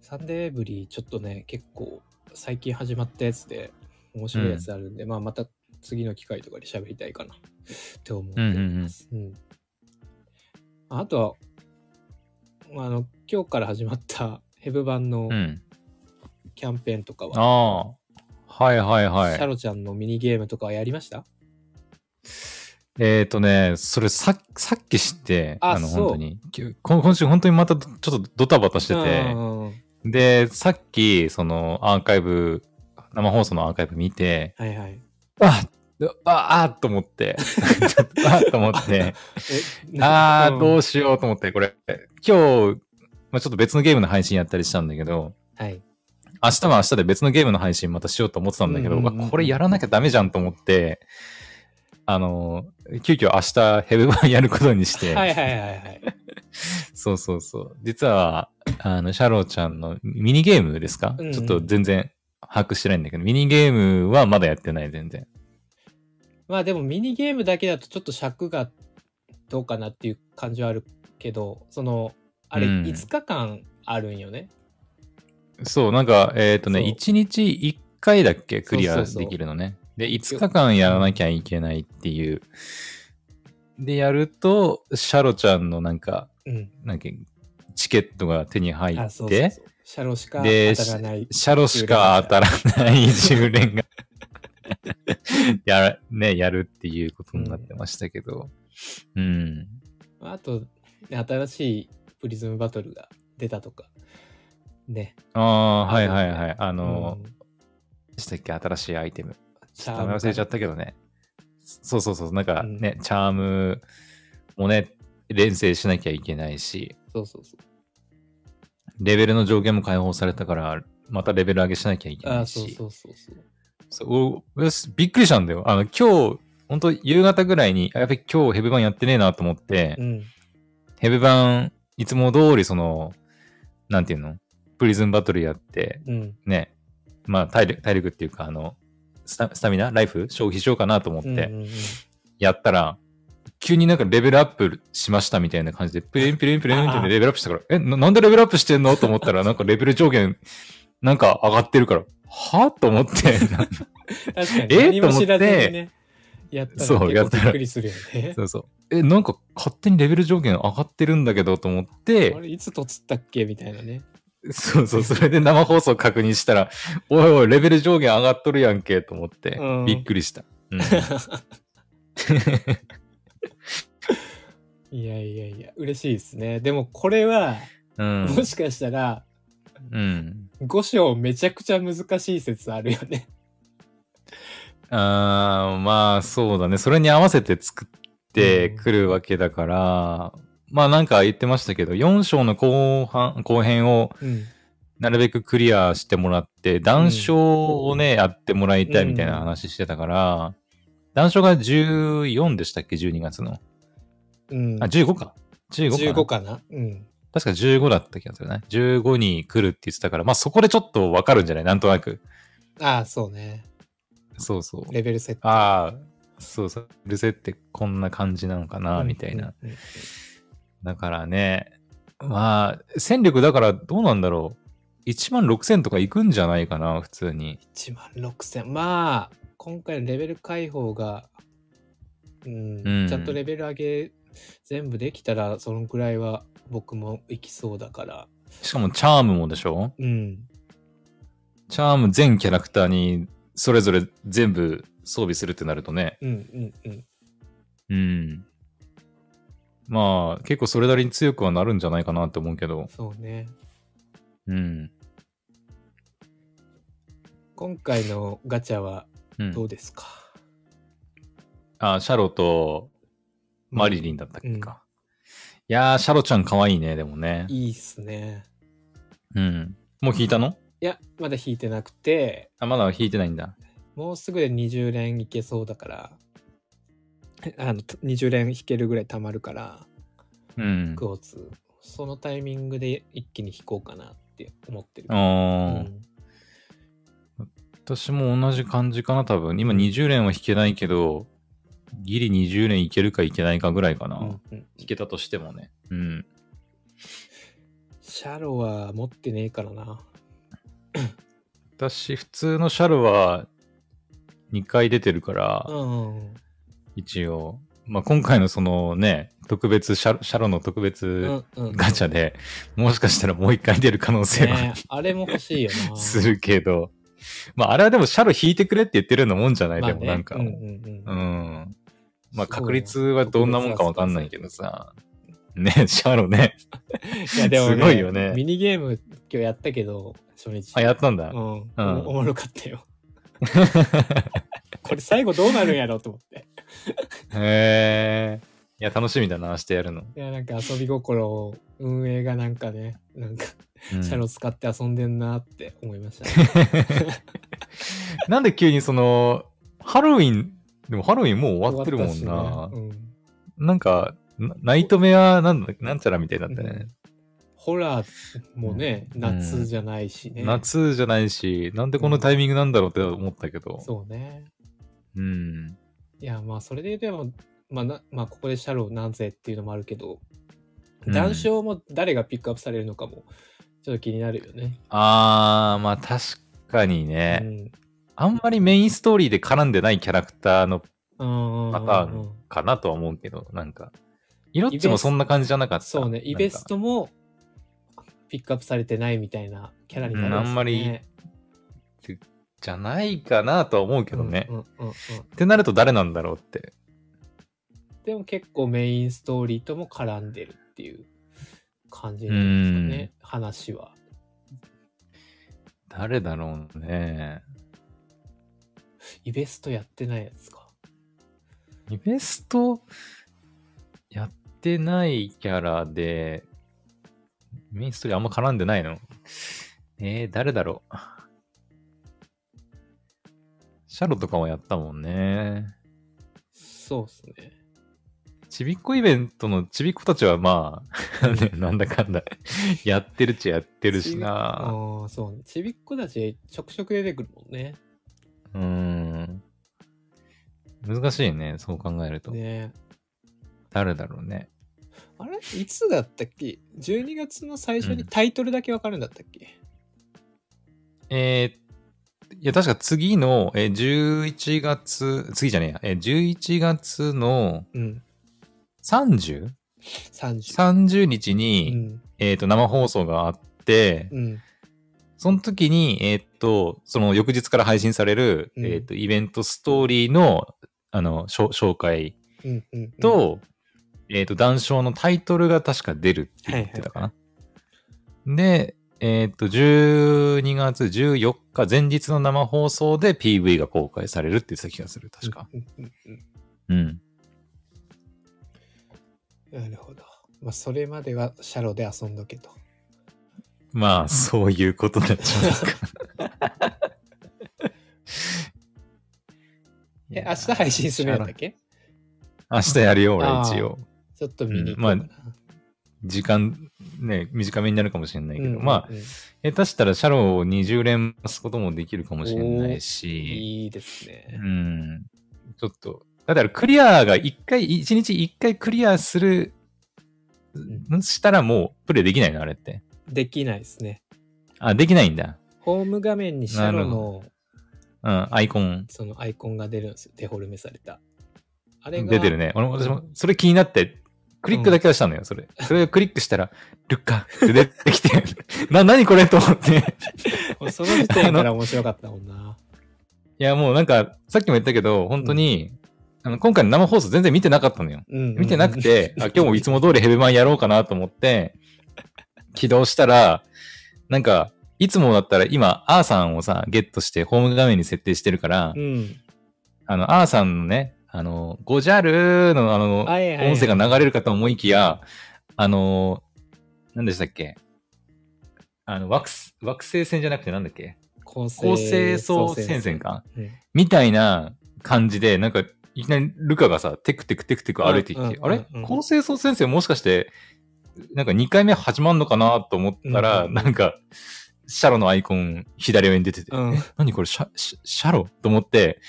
S1: サンデーブリーちょっとね結構最近始まったやつで面白いやつあるんで、まあまた次の機会とかで喋りたいかなって思ってます、うんあとはまああの今日から始まったヘブ版の
S2: うん。
S1: キャンペーンとかは、
S2: ああ。はいはいは
S1: シャ
S2: い。
S1: ロちゃんのミニゲームとかはやりました
S2: えっ、ー、とね、それささっき知って、
S1: あ
S2: あの、
S1: そう
S2: 本当に。きゅこ今週本当にまたちょっとドタバタしてて
S1: う、んうんうん
S2: で、さっき、その、アーカイブ、生放送のアーカイブ見て、
S1: はいはい。
S2: あああと思って、 [LAUGHS] ちょっとあっと思
S1: [LAUGHS]
S2: って、
S1: え
S2: あ
S1: う
S2: ー、
S1: ん
S2: どうしようと思って、これ、今日、まあ、ちょっと別のゲームの配信やったりしたんだけど、
S1: はい。
S2: 明日は明日で別のゲームの配信またしようと思ってたんだけど、
S1: うんうんうんうん
S2: うわこれやらなきゃダメじゃんと思って、あの、急遽明日ヘブ版やることにして、
S1: はいはいはいはい。
S2: そうそうそう。実は、あの、シャローちゃんのミニゲームですか、
S1: うんうん
S2: ちょっと全然把握してないんだけど、ミニゲームはまだやってない、全然。
S1: まあでもミニゲームだけだとちょっと尺がどうかなっていう感じはあるけど、その、あれ
S2: うん
S1: 5日間あるんよね。
S2: そう、なんか、えっ、とね、
S1: そう
S2: 1日1回だっけクリ
S1: そ
S2: ア
S1: うそうそう
S2: できるのね。で、5日間やらなきゃいけないっていう。で、やると、シャロちゃんのなんか、
S1: うん。
S2: なんかチケットが手に入
S1: あ、
S2: っ
S1: そうそう
S2: て
S1: そう、シャロしか
S2: で
S1: 当たらない。
S2: シャロしか当たらない10連
S1: [LAUGHS]
S2: がやら、ね、やるっていうことになってましたけど。うん。
S1: あと、ね新しいプリズムバトルが出たとか。ね。
S2: ああー、はい
S1: あ
S2: は
S1: る
S2: い
S1: よね
S2: はい。あの、
S1: うん
S2: でしたっけ新しいアイテム。
S1: チ
S2: ちょ
S1: ャ
S2: っ
S1: ー
S2: と
S1: ム
S2: 忘れちゃったけどね。そうそうそう、なんか
S1: うん
S2: ね、チャームもね、連成しなきゃいけないし、
S1: そうそうそう。
S2: レベルの上限も解放されたから、またレベル上げしなきゃいけな
S1: あ、
S2: い
S1: そう
S2: し
S1: そ。うそうそう。
S2: そうおおよしびっくりしたんだよ。あの、今日、本当夕方ぐらいに、あやっぱり今日ヘブ版やってねえなと思って、
S1: うん。
S2: ヘブ版、いつも通りその、なんていうのプリズンバトルやって、
S1: うん。
S2: ね、まあ体力、体力っていうか、あの、スタスタミナライフ消費しようかなと思っ
S1: うんう
S2: て、
S1: んうん
S2: やったら、急になんかレベルアップしましたみたいな感じで、プレンプレンプレンってレベルアップしたから、え、ななんでレベルアップしてんのと思ったら、なんかレベル上限、なんか上がってるから、はと思って、
S1: 確かに、
S2: え
S1: 何も知らずにね、やったら
S2: そうや
S1: 結構
S2: った
S1: び
S2: ら
S1: っくりするよね。
S2: [LAUGHS] そうそう。え、なんか勝手にレベル上限上がってるんだけどと思っ
S1: あ
S2: て、
S1: れいつとつったっけみたいなね。
S2: そうそう、それで生放送確認したら、 [LAUGHS] おいおい、レベル上限上がっとるやんけと思って
S1: うん、
S2: びっくりした。
S1: [LAUGHS]
S2: うん
S1: いやいやいや、嬉しいですね。でもこれは、
S2: うん。
S1: もしかしたら、
S2: うん。
S1: 5章めちゃくちゃ難しい説あるよね。
S2: あーまあ、そうだね。それに合わせて作ってくるわけだから、まあなんか言ってましたけど、4章の後半、後編を
S1: うん。
S2: なるべくクリアしてもらって、談笑をね、やってもらいたいみたいな話してたから、談笑が14でしたっけ ?12 月の。
S1: うん、
S2: あ、15か。15か
S1: 15か
S2: な。
S1: な。うん。
S2: 確か15だった気がするね。15に来るって言ってたから、まあそこでちょっとわかるんじゃないなんとなく。
S1: ああ、そうね。
S2: そうそう。
S1: レベル設定。
S2: ああ、そうそう。ルセってこんな感じなのかな、みたいな。
S1: うん。うん
S2: だからね、まあ、戦力だからどうなんだろう。1万6000とかいくんじゃないかな、普通に。
S1: 1万6000。まあ、今回のレベル解放が、うん、
S2: うん
S1: ちゃんとレベル上げ全部できたら、そのくらいは僕もいきそうだから。
S2: しかもチャームもでしょ
S1: うん。
S2: チャーム全キャラクターにそれぞれ全部装備するってなるとね。
S1: うんうんうん。
S2: うん。まあ、結構それなりに強くはなるんじゃないかなって思うけど。
S1: そうね。
S2: うん。
S1: 今回のガチャは
S2: うん
S1: どうですか、
S2: あ、シャロとマリリンだったっけか。いやー、シャロちゃん可愛いね、でもね。
S1: いいっすね。
S2: うん。もう引いたの
S1: いや、まだ引いてなくて、
S2: あ、まだ引いてないんだ。
S1: もうすぐで20連いけそうだから、あの、20連引けるぐらい溜まるから、
S2: うん。
S1: クォーツそのタイミングで一気に弾こうかなって思ってる。
S2: あ
S1: う
S2: ー、
S1: ん
S2: 私も同じ感じかな、多分。今20連は弾けないけど、ギリ20連いけるかいけないかぐらいかな。
S1: うんうん
S2: 弾けたとしてもね。うん。
S1: シャロは持ってねえからな。
S2: 私、普通のシャルは2回出てるから、
S1: うん。
S2: 一応。まあ、今回のそのね、特別シャロ、シャロの特
S1: う
S2: 別
S1: んうん。
S2: ガチャで、もしかしたらもう一回出る可能性は、
S1: ねえあれも欲しいよな。
S2: [LAUGHS] するけど、まあ、あれはでもシャロ引いてくれって言ってるようなもんじゃない、
S1: まあね
S2: でもなんか、
S1: う
S2: うん
S1: うん
S2: ん、
S1: うん
S2: ま
S1: そう
S2: あ、確率はどんなもんかわかんないけどさ、ね、シャロね、
S1: いやでも、
S2: すごいよね
S1: ミニゲーム今日やったけど、初日。
S2: あ、やったんだ。
S1: うん。お
S2: うん
S1: おもろかった
S2: [LAUGHS]
S1: よ。これ最後どうなるんやろうと思って。
S2: へえ。いや、楽しみだな、明日やるの。
S1: いや、なんか遊び心を運営がなんかね、なんか、
S2: うん
S1: シャロ使って遊んでんなって思いましたね、
S2: [LAUGHS] なんで急にその、ハロウィン、でもハロウィンもう [LAUGHS] 終わってるもん
S1: 終わ
S2: な
S1: っ。たしねうん
S2: なんか、なナイトメアなんだなんちゃらみたいになって
S1: う
S2: ね
S1: ん。ホラーもね、
S2: うん
S1: 夏じゃないしね。
S2: 夏じゃないし、なんでこのタイミングなんだろうって思ったけど。
S1: そうね。
S2: うん。
S1: いや、まあ、それで言えば、まあな、まあ、ここでシャローなんぜっていうのもあるけど、
S2: うん
S1: 談笑も誰がピックアップされるのかも、ちょっと気になるよね。
S2: あー、まあ確かに
S1: う
S2: ね。
S1: ん
S2: あんまりメインストーリーで絡んでないキャラクターの
S1: パ
S2: パターンかなとは思うけど、なんか。イロッ
S1: イ
S2: チ
S1: ベ
S2: も
S1: ス
S2: そんな感じじゃなかった。
S1: そうね、イベストもピックアップされてないみたいなキャラになる
S2: うんあんまりじゃないかなとは思うけどね。
S1: うんうんうんうん
S2: ってなると誰なんだろうって。
S1: でも結構メインストーリーとも絡んでるっていう感じなんですかね、話は。
S2: 誰だろうね。
S1: イベストやってないやつか。
S2: イベストやってないキャラで、メインストーリーあんま絡んでないのえー、誰だろうシャロとかもやったもんね。
S1: そうっすね。
S2: ちびっこイベントのちびっ子たちはまあ、 [LAUGHS] ねなんだかんだやってるっちゃやってるし
S1: あ
S2: な。
S1: ーそうね。ちびっ子たちちょくちょく出てくるもんね。
S2: うーん。難しいね、そう考えると。
S1: ね
S2: 誰だろうね。
S1: あれいつだったっけ ?12 月の最初にタイトルだけわかるんだったっけ、
S2: えーいや、確か次の、えー、11月、次じゃねえや、えー、11月の
S1: うん、
S2: 30?30
S1: 30。
S2: 日
S1: う
S2: に、
S1: ん。
S2: えっ、と、生放送があって、
S1: うん。
S2: その時に、えっ、と、その翌日から配信される、
S1: うん
S2: えっ、と、イベントストーリーの、あの、しょ紹介
S1: うん。うん。
S2: と、えっ、と、談笑のタイトルが確か出るって言ってたかな。で、えっ、と、12月14日前日の生放送で PV が公開されるって言ってた気がする、確か。
S1: うん。うん。うん。
S2: うん。
S1: なるほど。まあ、それまではシャロで遊んどけと。
S2: まあ、そういうことなんじゃないか。 [LAUGHS] い
S1: [LAUGHS] え、
S2: や
S1: 明日配信するんだっけ
S2: 明日やるよ、俺
S1: あー
S2: 一応。
S1: ちょっと見に行こう
S2: うん時間、ね、短めになるかもしれないけど、まあ、
S1: あ、
S2: 下手したらシャロを20連回すこともできるかもしれないし、
S1: いいですね。
S2: うん。ちょっと、だからクリアが1回、1日1回クリアする、したらもうプレイできないのあれって。
S1: できないですね。
S2: あ、できないんだ。
S1: ホーム画面にシャ
S2: な
S1: ロ
S2: るほ
S1: の
S2: うん、アイコン
S1: そのアイコンが出るんですよ。デフォルメされた。あれが
S2: 出てるね。俺も私も、それ気になって、クリックだけはしたのよ、それ。それをクリックしたら、ルッカって出てきて、 [LAUGHS] な、何これと思って。
S1: もうその時点から面白かったもん
S2: [LAUGHS]
S1: な。
S2: いや、もうなんか、さっきも言ったけど、本当に、あの今回の生放送全然見てなかったのよ。
S1: うん
S2: 見てなくて、あ、今日もいつも通りヘブマンやろうかなと思って、起動したら、なんか、いつもだったら今、アーさんをさ、ゲットしてホーム画面に設定してるから
S1: う、ん。
S2: あの、アーさんのね、あの、ゴジャルのあの、
S1: はいはいはい
S2: 音声が流れるかと思いきや、あの、何でしたっけあの、惑星惑星戦じゃなくてなんだっけ
S1: 構成
S2: 高精層戦線か。
S1: うん
S2: みたいな感じで、なんか、いきなりルカがさ、テクテクテクテク歩いていっ
S1: う
S2: て、
S1: んうんうん
S2: あれ
S1: うん
S2: 高精層先生もしかして、なんか2回目始まんのかなと思ったら、
S1: うん
S2: なんか、シャロのアイコン左上に出てて、
S1: うん
S2: え何これシャ、シャシャロと思って、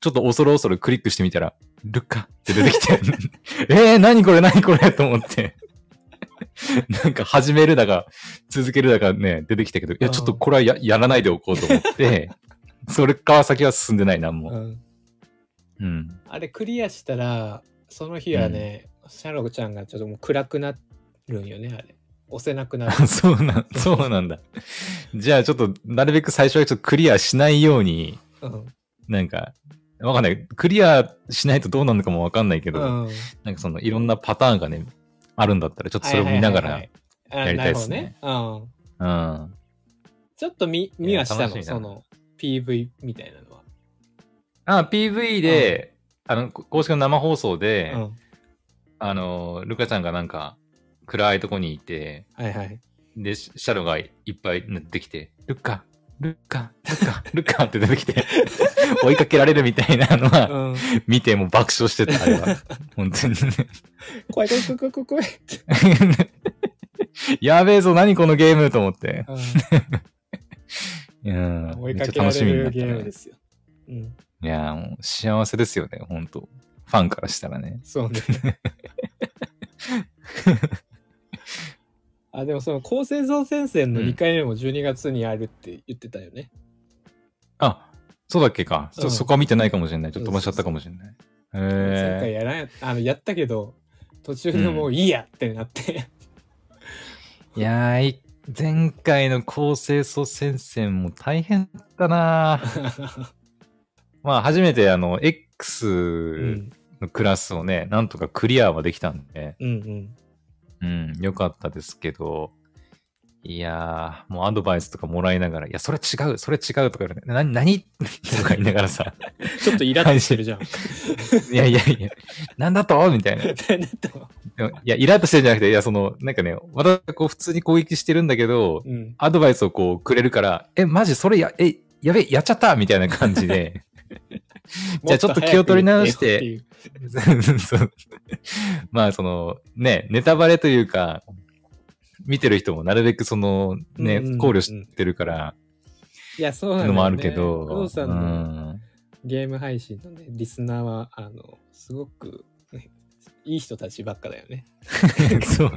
S2: ちょっと恐る恐るクリックしてみたら、ルカって出てきて、 [LAUGHS] えー、何これ何これと思って。なんか始めるだか、続けるだかね、出てきたけど、いや、ちょっとこれはややらないでおこうと思って、それから先は進んでないな、もう。
S1: うん
S2: うん。
S1: あれクリアしたらその日はね、シャロちゃんがちょっともう暗くなるんよねあれ押せなくなる
S2: あそうなん、 [LAUGHS] そうなんだ。じゃあちょっと、なるべく最初はちょっとクリアしないように、
S1: うん、
S2: なんか、わかんない。クリアしないとどうなるのかもわかんないけど、
S1: うん、
S2: なんかそのいろんなパターンがね、あるんだったら、ちょっとそれを見な
S1: は
S2: がら
S1: い、はいはいはいあ
S2: やりたいっすね
S1: なるほどねうん、
S2: うん。
S1: ちょっと見見はした
S2: 楽しい
S1: のそ
S2: な
S1: の PV みたいなのは、
S2: あ、PV で、あの、公式の生放送で、
S1: うん
S2: あの、ルカちゃんがなんか、暗いとこにいて、
S1: はいはい
S2: で、シシャロがいっぱい塗ってきて、ルカ、ルカ、ルカ、
S1: [LAUGHS]
S2: ルカって出てきて、追いかけられるみたいなのは、
S1: うん
S2: 見てもう爆笑してた、あれは。本当に
S1: 怖い怖い怖い怖い怖い怖い、
S2: ね。 [LAUGHS] やべえぞ、何このゲームと思って。うん
S1: う。ん、追
S2: め
S1: い
S2: っ
S1: か
S2: ち
S1: けら
S2: ゃ楽
S1: れ
S2: しみに
S1: る
S2: なった、
S1: ゲームで
S2: ね。
S1: すよ、うん
S2: いやー、もう幸せですよね、本当ファンからしたらね。
S1: そうね [LAUGHS] あでもその高生像戦線の2回目も12月にあるって言ってたよね、
S2: あ、そうだっけか。ちょ
S1: うん
S2: そこは見てないかもしれない。ちょっと飛ばしちゃったかもしれない。
S1: 前回
S2: へえ。
S1: やらんあのやったけど途中でもういいやってなって、
S2: いやー、い前回の構成層戦線も大変だったなーまあ、初めてあの、
S1: う
S2: X
S1: ん、
S2: のクラスをね、なんとかクリアはできたんで、
S1: うんうん
S2: うん、良かったですけど、いやー、もうアドバイスとかもらいながら、いや、それ違う、それ違うとか言われて、な、何 [LAUGHS] とか言いながらさ、
S1: ちょっとイラッとしてるじ [LAUGHS] ゃん
S2: いやいやいや、なんだとみたいな。
S1: なんだろ
S2: でもいや、イラッとしてるんじゃなくて、いや、その、なんかね、私がこう普通に攻撃してるんだけど
S1: う、うん
S2: アドバイスをこうくれるから、え、マジそれや、え、やべ、やっちゃったみたいな感じで、 [LAUGHS] じゃあちょっと気を取り直して
S1: もっと早く言ってよっ
S2: そうまあそのねネタバレというか見てる人もなるべくそのね、
S1: うんうんうん
S2: 考慮してるから
S1: ていういやそう
S2: っ
S1: な
S2: て
S1: んだよね
S2: いうのもあるけど、
S1: 工藤さん
S2: う
S1: の
S2: ん
S1: ゲーム配信のねリスナーはあのすごく、ね、いい人たちばっかだよね
S2: [LAUGHS] そうね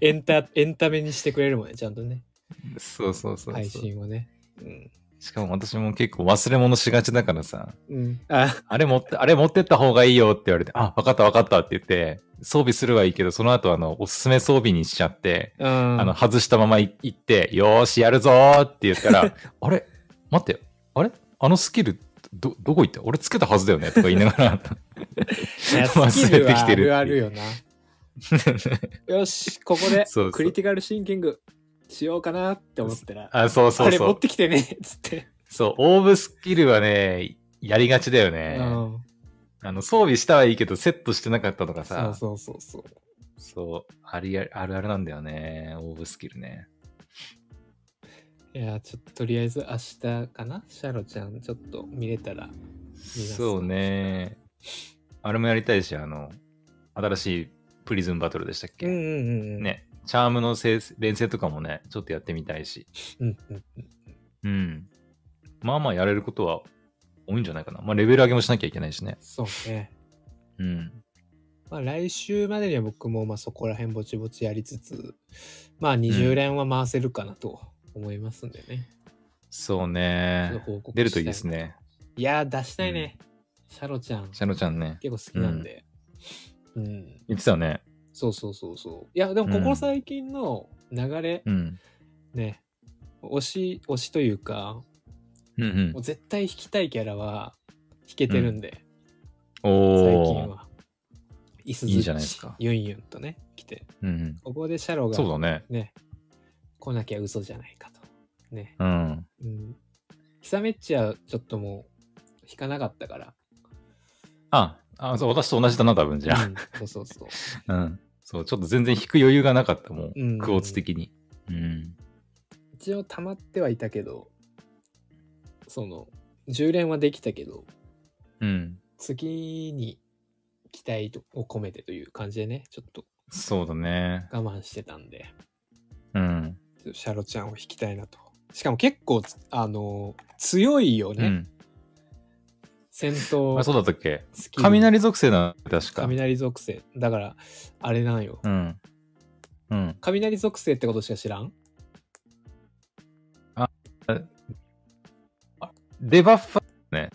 S1: エンタエンタメにしてくれるもんねちゃんとね
S2: そうそうそう
S1: 配
S2: そう
S1: 信をねうん、
S2: しかも私も結構忘れ物しがちだからさ
S1: うん、あ
S2: あれ持ってあれ持ってった方がいいよって言われてあ分かった分かったって言って装備するはいいけどその後あのおすすめ装備にしちゃって
S1: うん
S2: あの、外したままい行って、よーし、やるぞーって言ったら、 [LAUGHS] あれ待って、あれあのスキル、ど、どこ行った俺つけたはずだよねとか言いながら、
S1: いやス
S2: [LAUGHS] 忘
S1: キル
S2: れ
S1: は
S2: てきてるっていう
S1: あるあるよな
S2: [LAUGHS]
S1: よしここで
S2: そうそう
S1: クリティカルシンキングしようかなって思ったら
S2: [LAUGHS] あ、そうそ
S1: あ
S2: う
S1: れ
S2: そ
S1: 持
S2: う
S1: っ。てきてねっつって、
S2: そう、オーブスキルはね、やりがちだよね。
S1: うん
S2: あの、装備したはいいけど、セットしてなかったとか
S1: そう
S2: さ、そう
S1: そうそうそう
S2: ありありあるあるなんだよね、オーブスキルね。
S1: いやーちょっととりあえず明日かなシャロちゃんちょっと見れたらす
S2: そうね。あれもやりたいし、あの、新しいプリズムバトルでしたっけ、
S1: うんうんうんうん
S2: ね、チャームのせい連成とかもね、ちょっとやってみたいし。
S1: うんうん
S2: うん。まあまあやれることは多いんじゃないかな。まあレベル上げもしなきゃいけないしね。
S1: そうね
S2: うん。
S1: まあ来週までには僕もまあそこら辺ぼちぼちやりつつまあ20連は回せるかなと思いますんでね、
S2: そう
S1: ちょっ
S2: ね
S1: と。報告
S2: 出るといいですね。
S1: いやー出したいね、シャロちゃん
S2: シャノちゃんね。
S1: 結構好きなんで、うん、
S2: 言ってたね。
S1: そうそうそうそう。いや、でもこ
S2: うん
S1: こ最近の流れ、
S2: うん。
S1: ね、推し、推しというか、
S2: うん
S1: もう絶対弾きたいキャラは弾けてるんで、
S2: うん。
S1: 最
S2: お
S1: 近
S2: ー。
S1: は。イス
S2: い
S1: ズ
S2: いじゃないです
S1: チ
S2: か、
S1: ユンユンとね、来て、
S2: うん
S1: ここでシャロ
S2: うん。
S1: が
S2: そうだね。
S1: ね、来なきゃ嘘じゃないかと。ね、
S2: うん。
S1: うん。ヒサメッチはちょっともう弾かなかったから。
S2: あ、あそう私と同じだな、多分じゃ
S1: うんそうそうそう。
S2: [LAUGHS] あ。うん。そう、ちょっと全然引く余裕がなかった、も
S1: うん
S2: う。クオーツ的に。うん。
S1: 一応溜まってはいたけど、その、10連はできたけど、
S2: うん。
S1: 次に期待を込めてという感じでね、ちょっと
S2: そうだね。
S1: 我慢してたんで、
S2: うん。
S1: ちょっとシャロちゃんを引きたいなと。しかも結構、あの、強いよ
S2: う
S1: ね。
S2: ん。
S1: 戦闘
S2: あ、そうだったっけ
S1: 好き。
S2: 雷属性なの確か。
S1: 雷属性。だから、あれなんよ。
S2: うん。うん。
S1: 雷属性ってことしか知らん
S2: デバッファー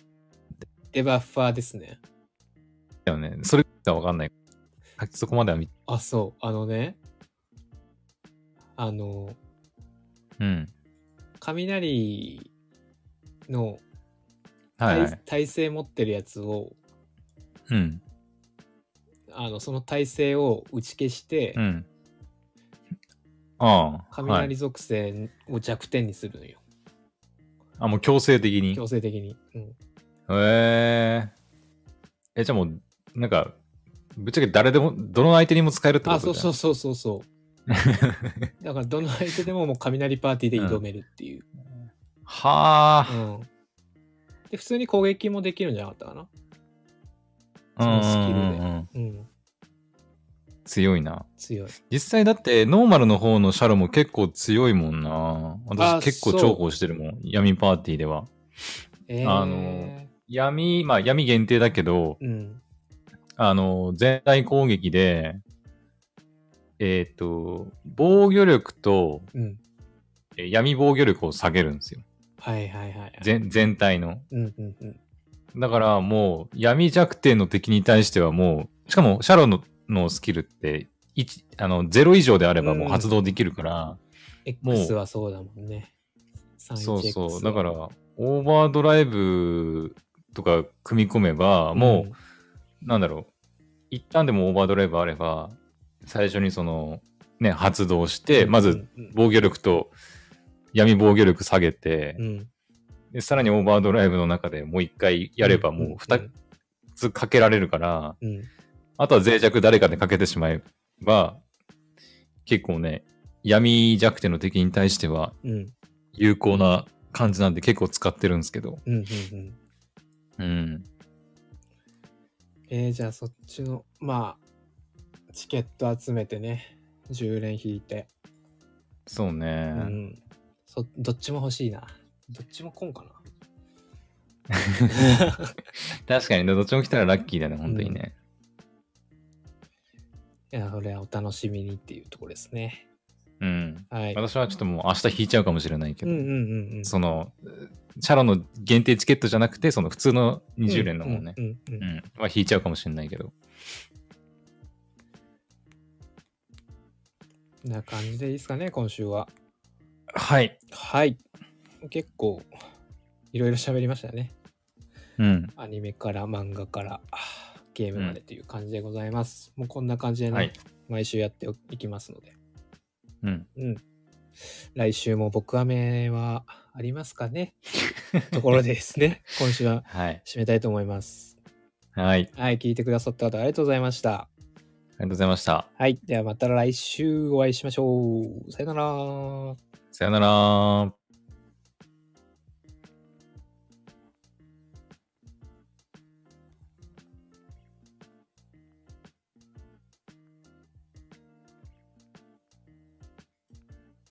S1: デバッファーですね。
S2: だよね。それはわかんない。さっきそこまでは見
S1: あ、そう。あのね、あの、
S2: うん。
S1: 雷の
S2: はい、
S1: 耐,、
S2: はい。
S1: 耐性持ってるやつを、
S2: うん。
S1: あのその耐性を打ち消して、
S2: うん。ああ。はい。
S1: 雷属性を弱点にするのよ。
S2: あ、もう強制的に。へ
S1: 強制的に。うん、
S2: ええ、じゃあもう、なんか、ぶっちゃけ誰でも、どの相手にも使えるってこ
S1: あ、そ
S2: と
S1: う
S2: じゃん
S1: そうそうそう
S2: [LAUGHS]
S1: そう。だからどの相手でももう雷パーティーで挑めるっていう。う
S2: は
S1: んで普通に攻撃もできるんじゃなかったかな。
S2: あ、
S1: のスキルで
S2: うんうんうん
S1: うん、
S2: 強いな。
S1: 強い。
S2: 実際だって、ノーマルの方のシャロも結構強いもんな。
S1: あ
S2: 私結構重宝してるもん。闇パーティーでは。
S1: えー、
S2: あの闇、まあ闇限定だけど、
S1: うん。
S2: あの、全体攻撃で、えっ、と、防御力と、
S1: うん。
S2: えー闇防御力を下げるんですよ。
S1: はいはいはいはい。
S2: 全全体の。
S1: うんうんうん。
S2: だからもう、闇弱点の敵に対してはもう、しかも、シャロののスキルって、一あの0以上であればもう発動できるから、もう
S1: X はそうだもんね。
S2: そうそう。だから、
S1: も
S2: オーバードライブとか組み込めば、もう、なんだろう、一旦でもオーバードライブあれば、最初にその、ね、発動して、まず、
S1: うん
S2: 防御力と闇防御力下げて、
S1: うん、
S2: でさらにオーバードライブの中でもう一回やればもう二つかけられるから、
S1: うんうん
S2: あとは脆弱誰かでかけてしまえば、結構ね、闇弱点の敵に対しては
S1: うん
S2: 有効な感じなんで結構使ってるんですけど。
S1: うんうんうんうん
S2: うん。
S1: えー、じゃあそっちのまあチケット集めてね10連引いて、
S2: そうね
S1: う。ん、そどっちも欲しいなどっちもコンか
S2: [LAUGHS]
S1: な
S2: 確かに、どっちも来たらラッキーだね、本当にね。
S1: いやそれはお楽しみにっていうところですね
S2: うん。
S1: はい、
S2: 私はちょっともう明日引いちゃうかもしれないけ
S1: うん
S2: ど。
S1: うんうんうん
S2: その、チャラの限定チケットじゃなくて、その普通の20連の方ね。
S1: うんうんうんうん
S2: うん。まあ、引いちゃうかもしれないけど。
S1: な感じでいいですかね今週は
S2: はい。
S1: はい結構いろいろ喋りましたね
S2: うん。
S1: アニメから漫画からあーゲームまでという感じでございます。もうこんな感じでね、
S2: はい
S1: 毎週やっていきますので。
S2: うん。
S1: うん。来週も僕雨はありますかねところでです
S2: [LAUGHS]
S1: ね、今週は
S2: はい。
S1: 締めたいと思います。
S2: はい。ありが
S1: はい、聞いてくださった方ありがとうございました。
S2: とうございました。
S1: はい、ではまた来週お会いしましょう。さよなら。
S2: さよなら。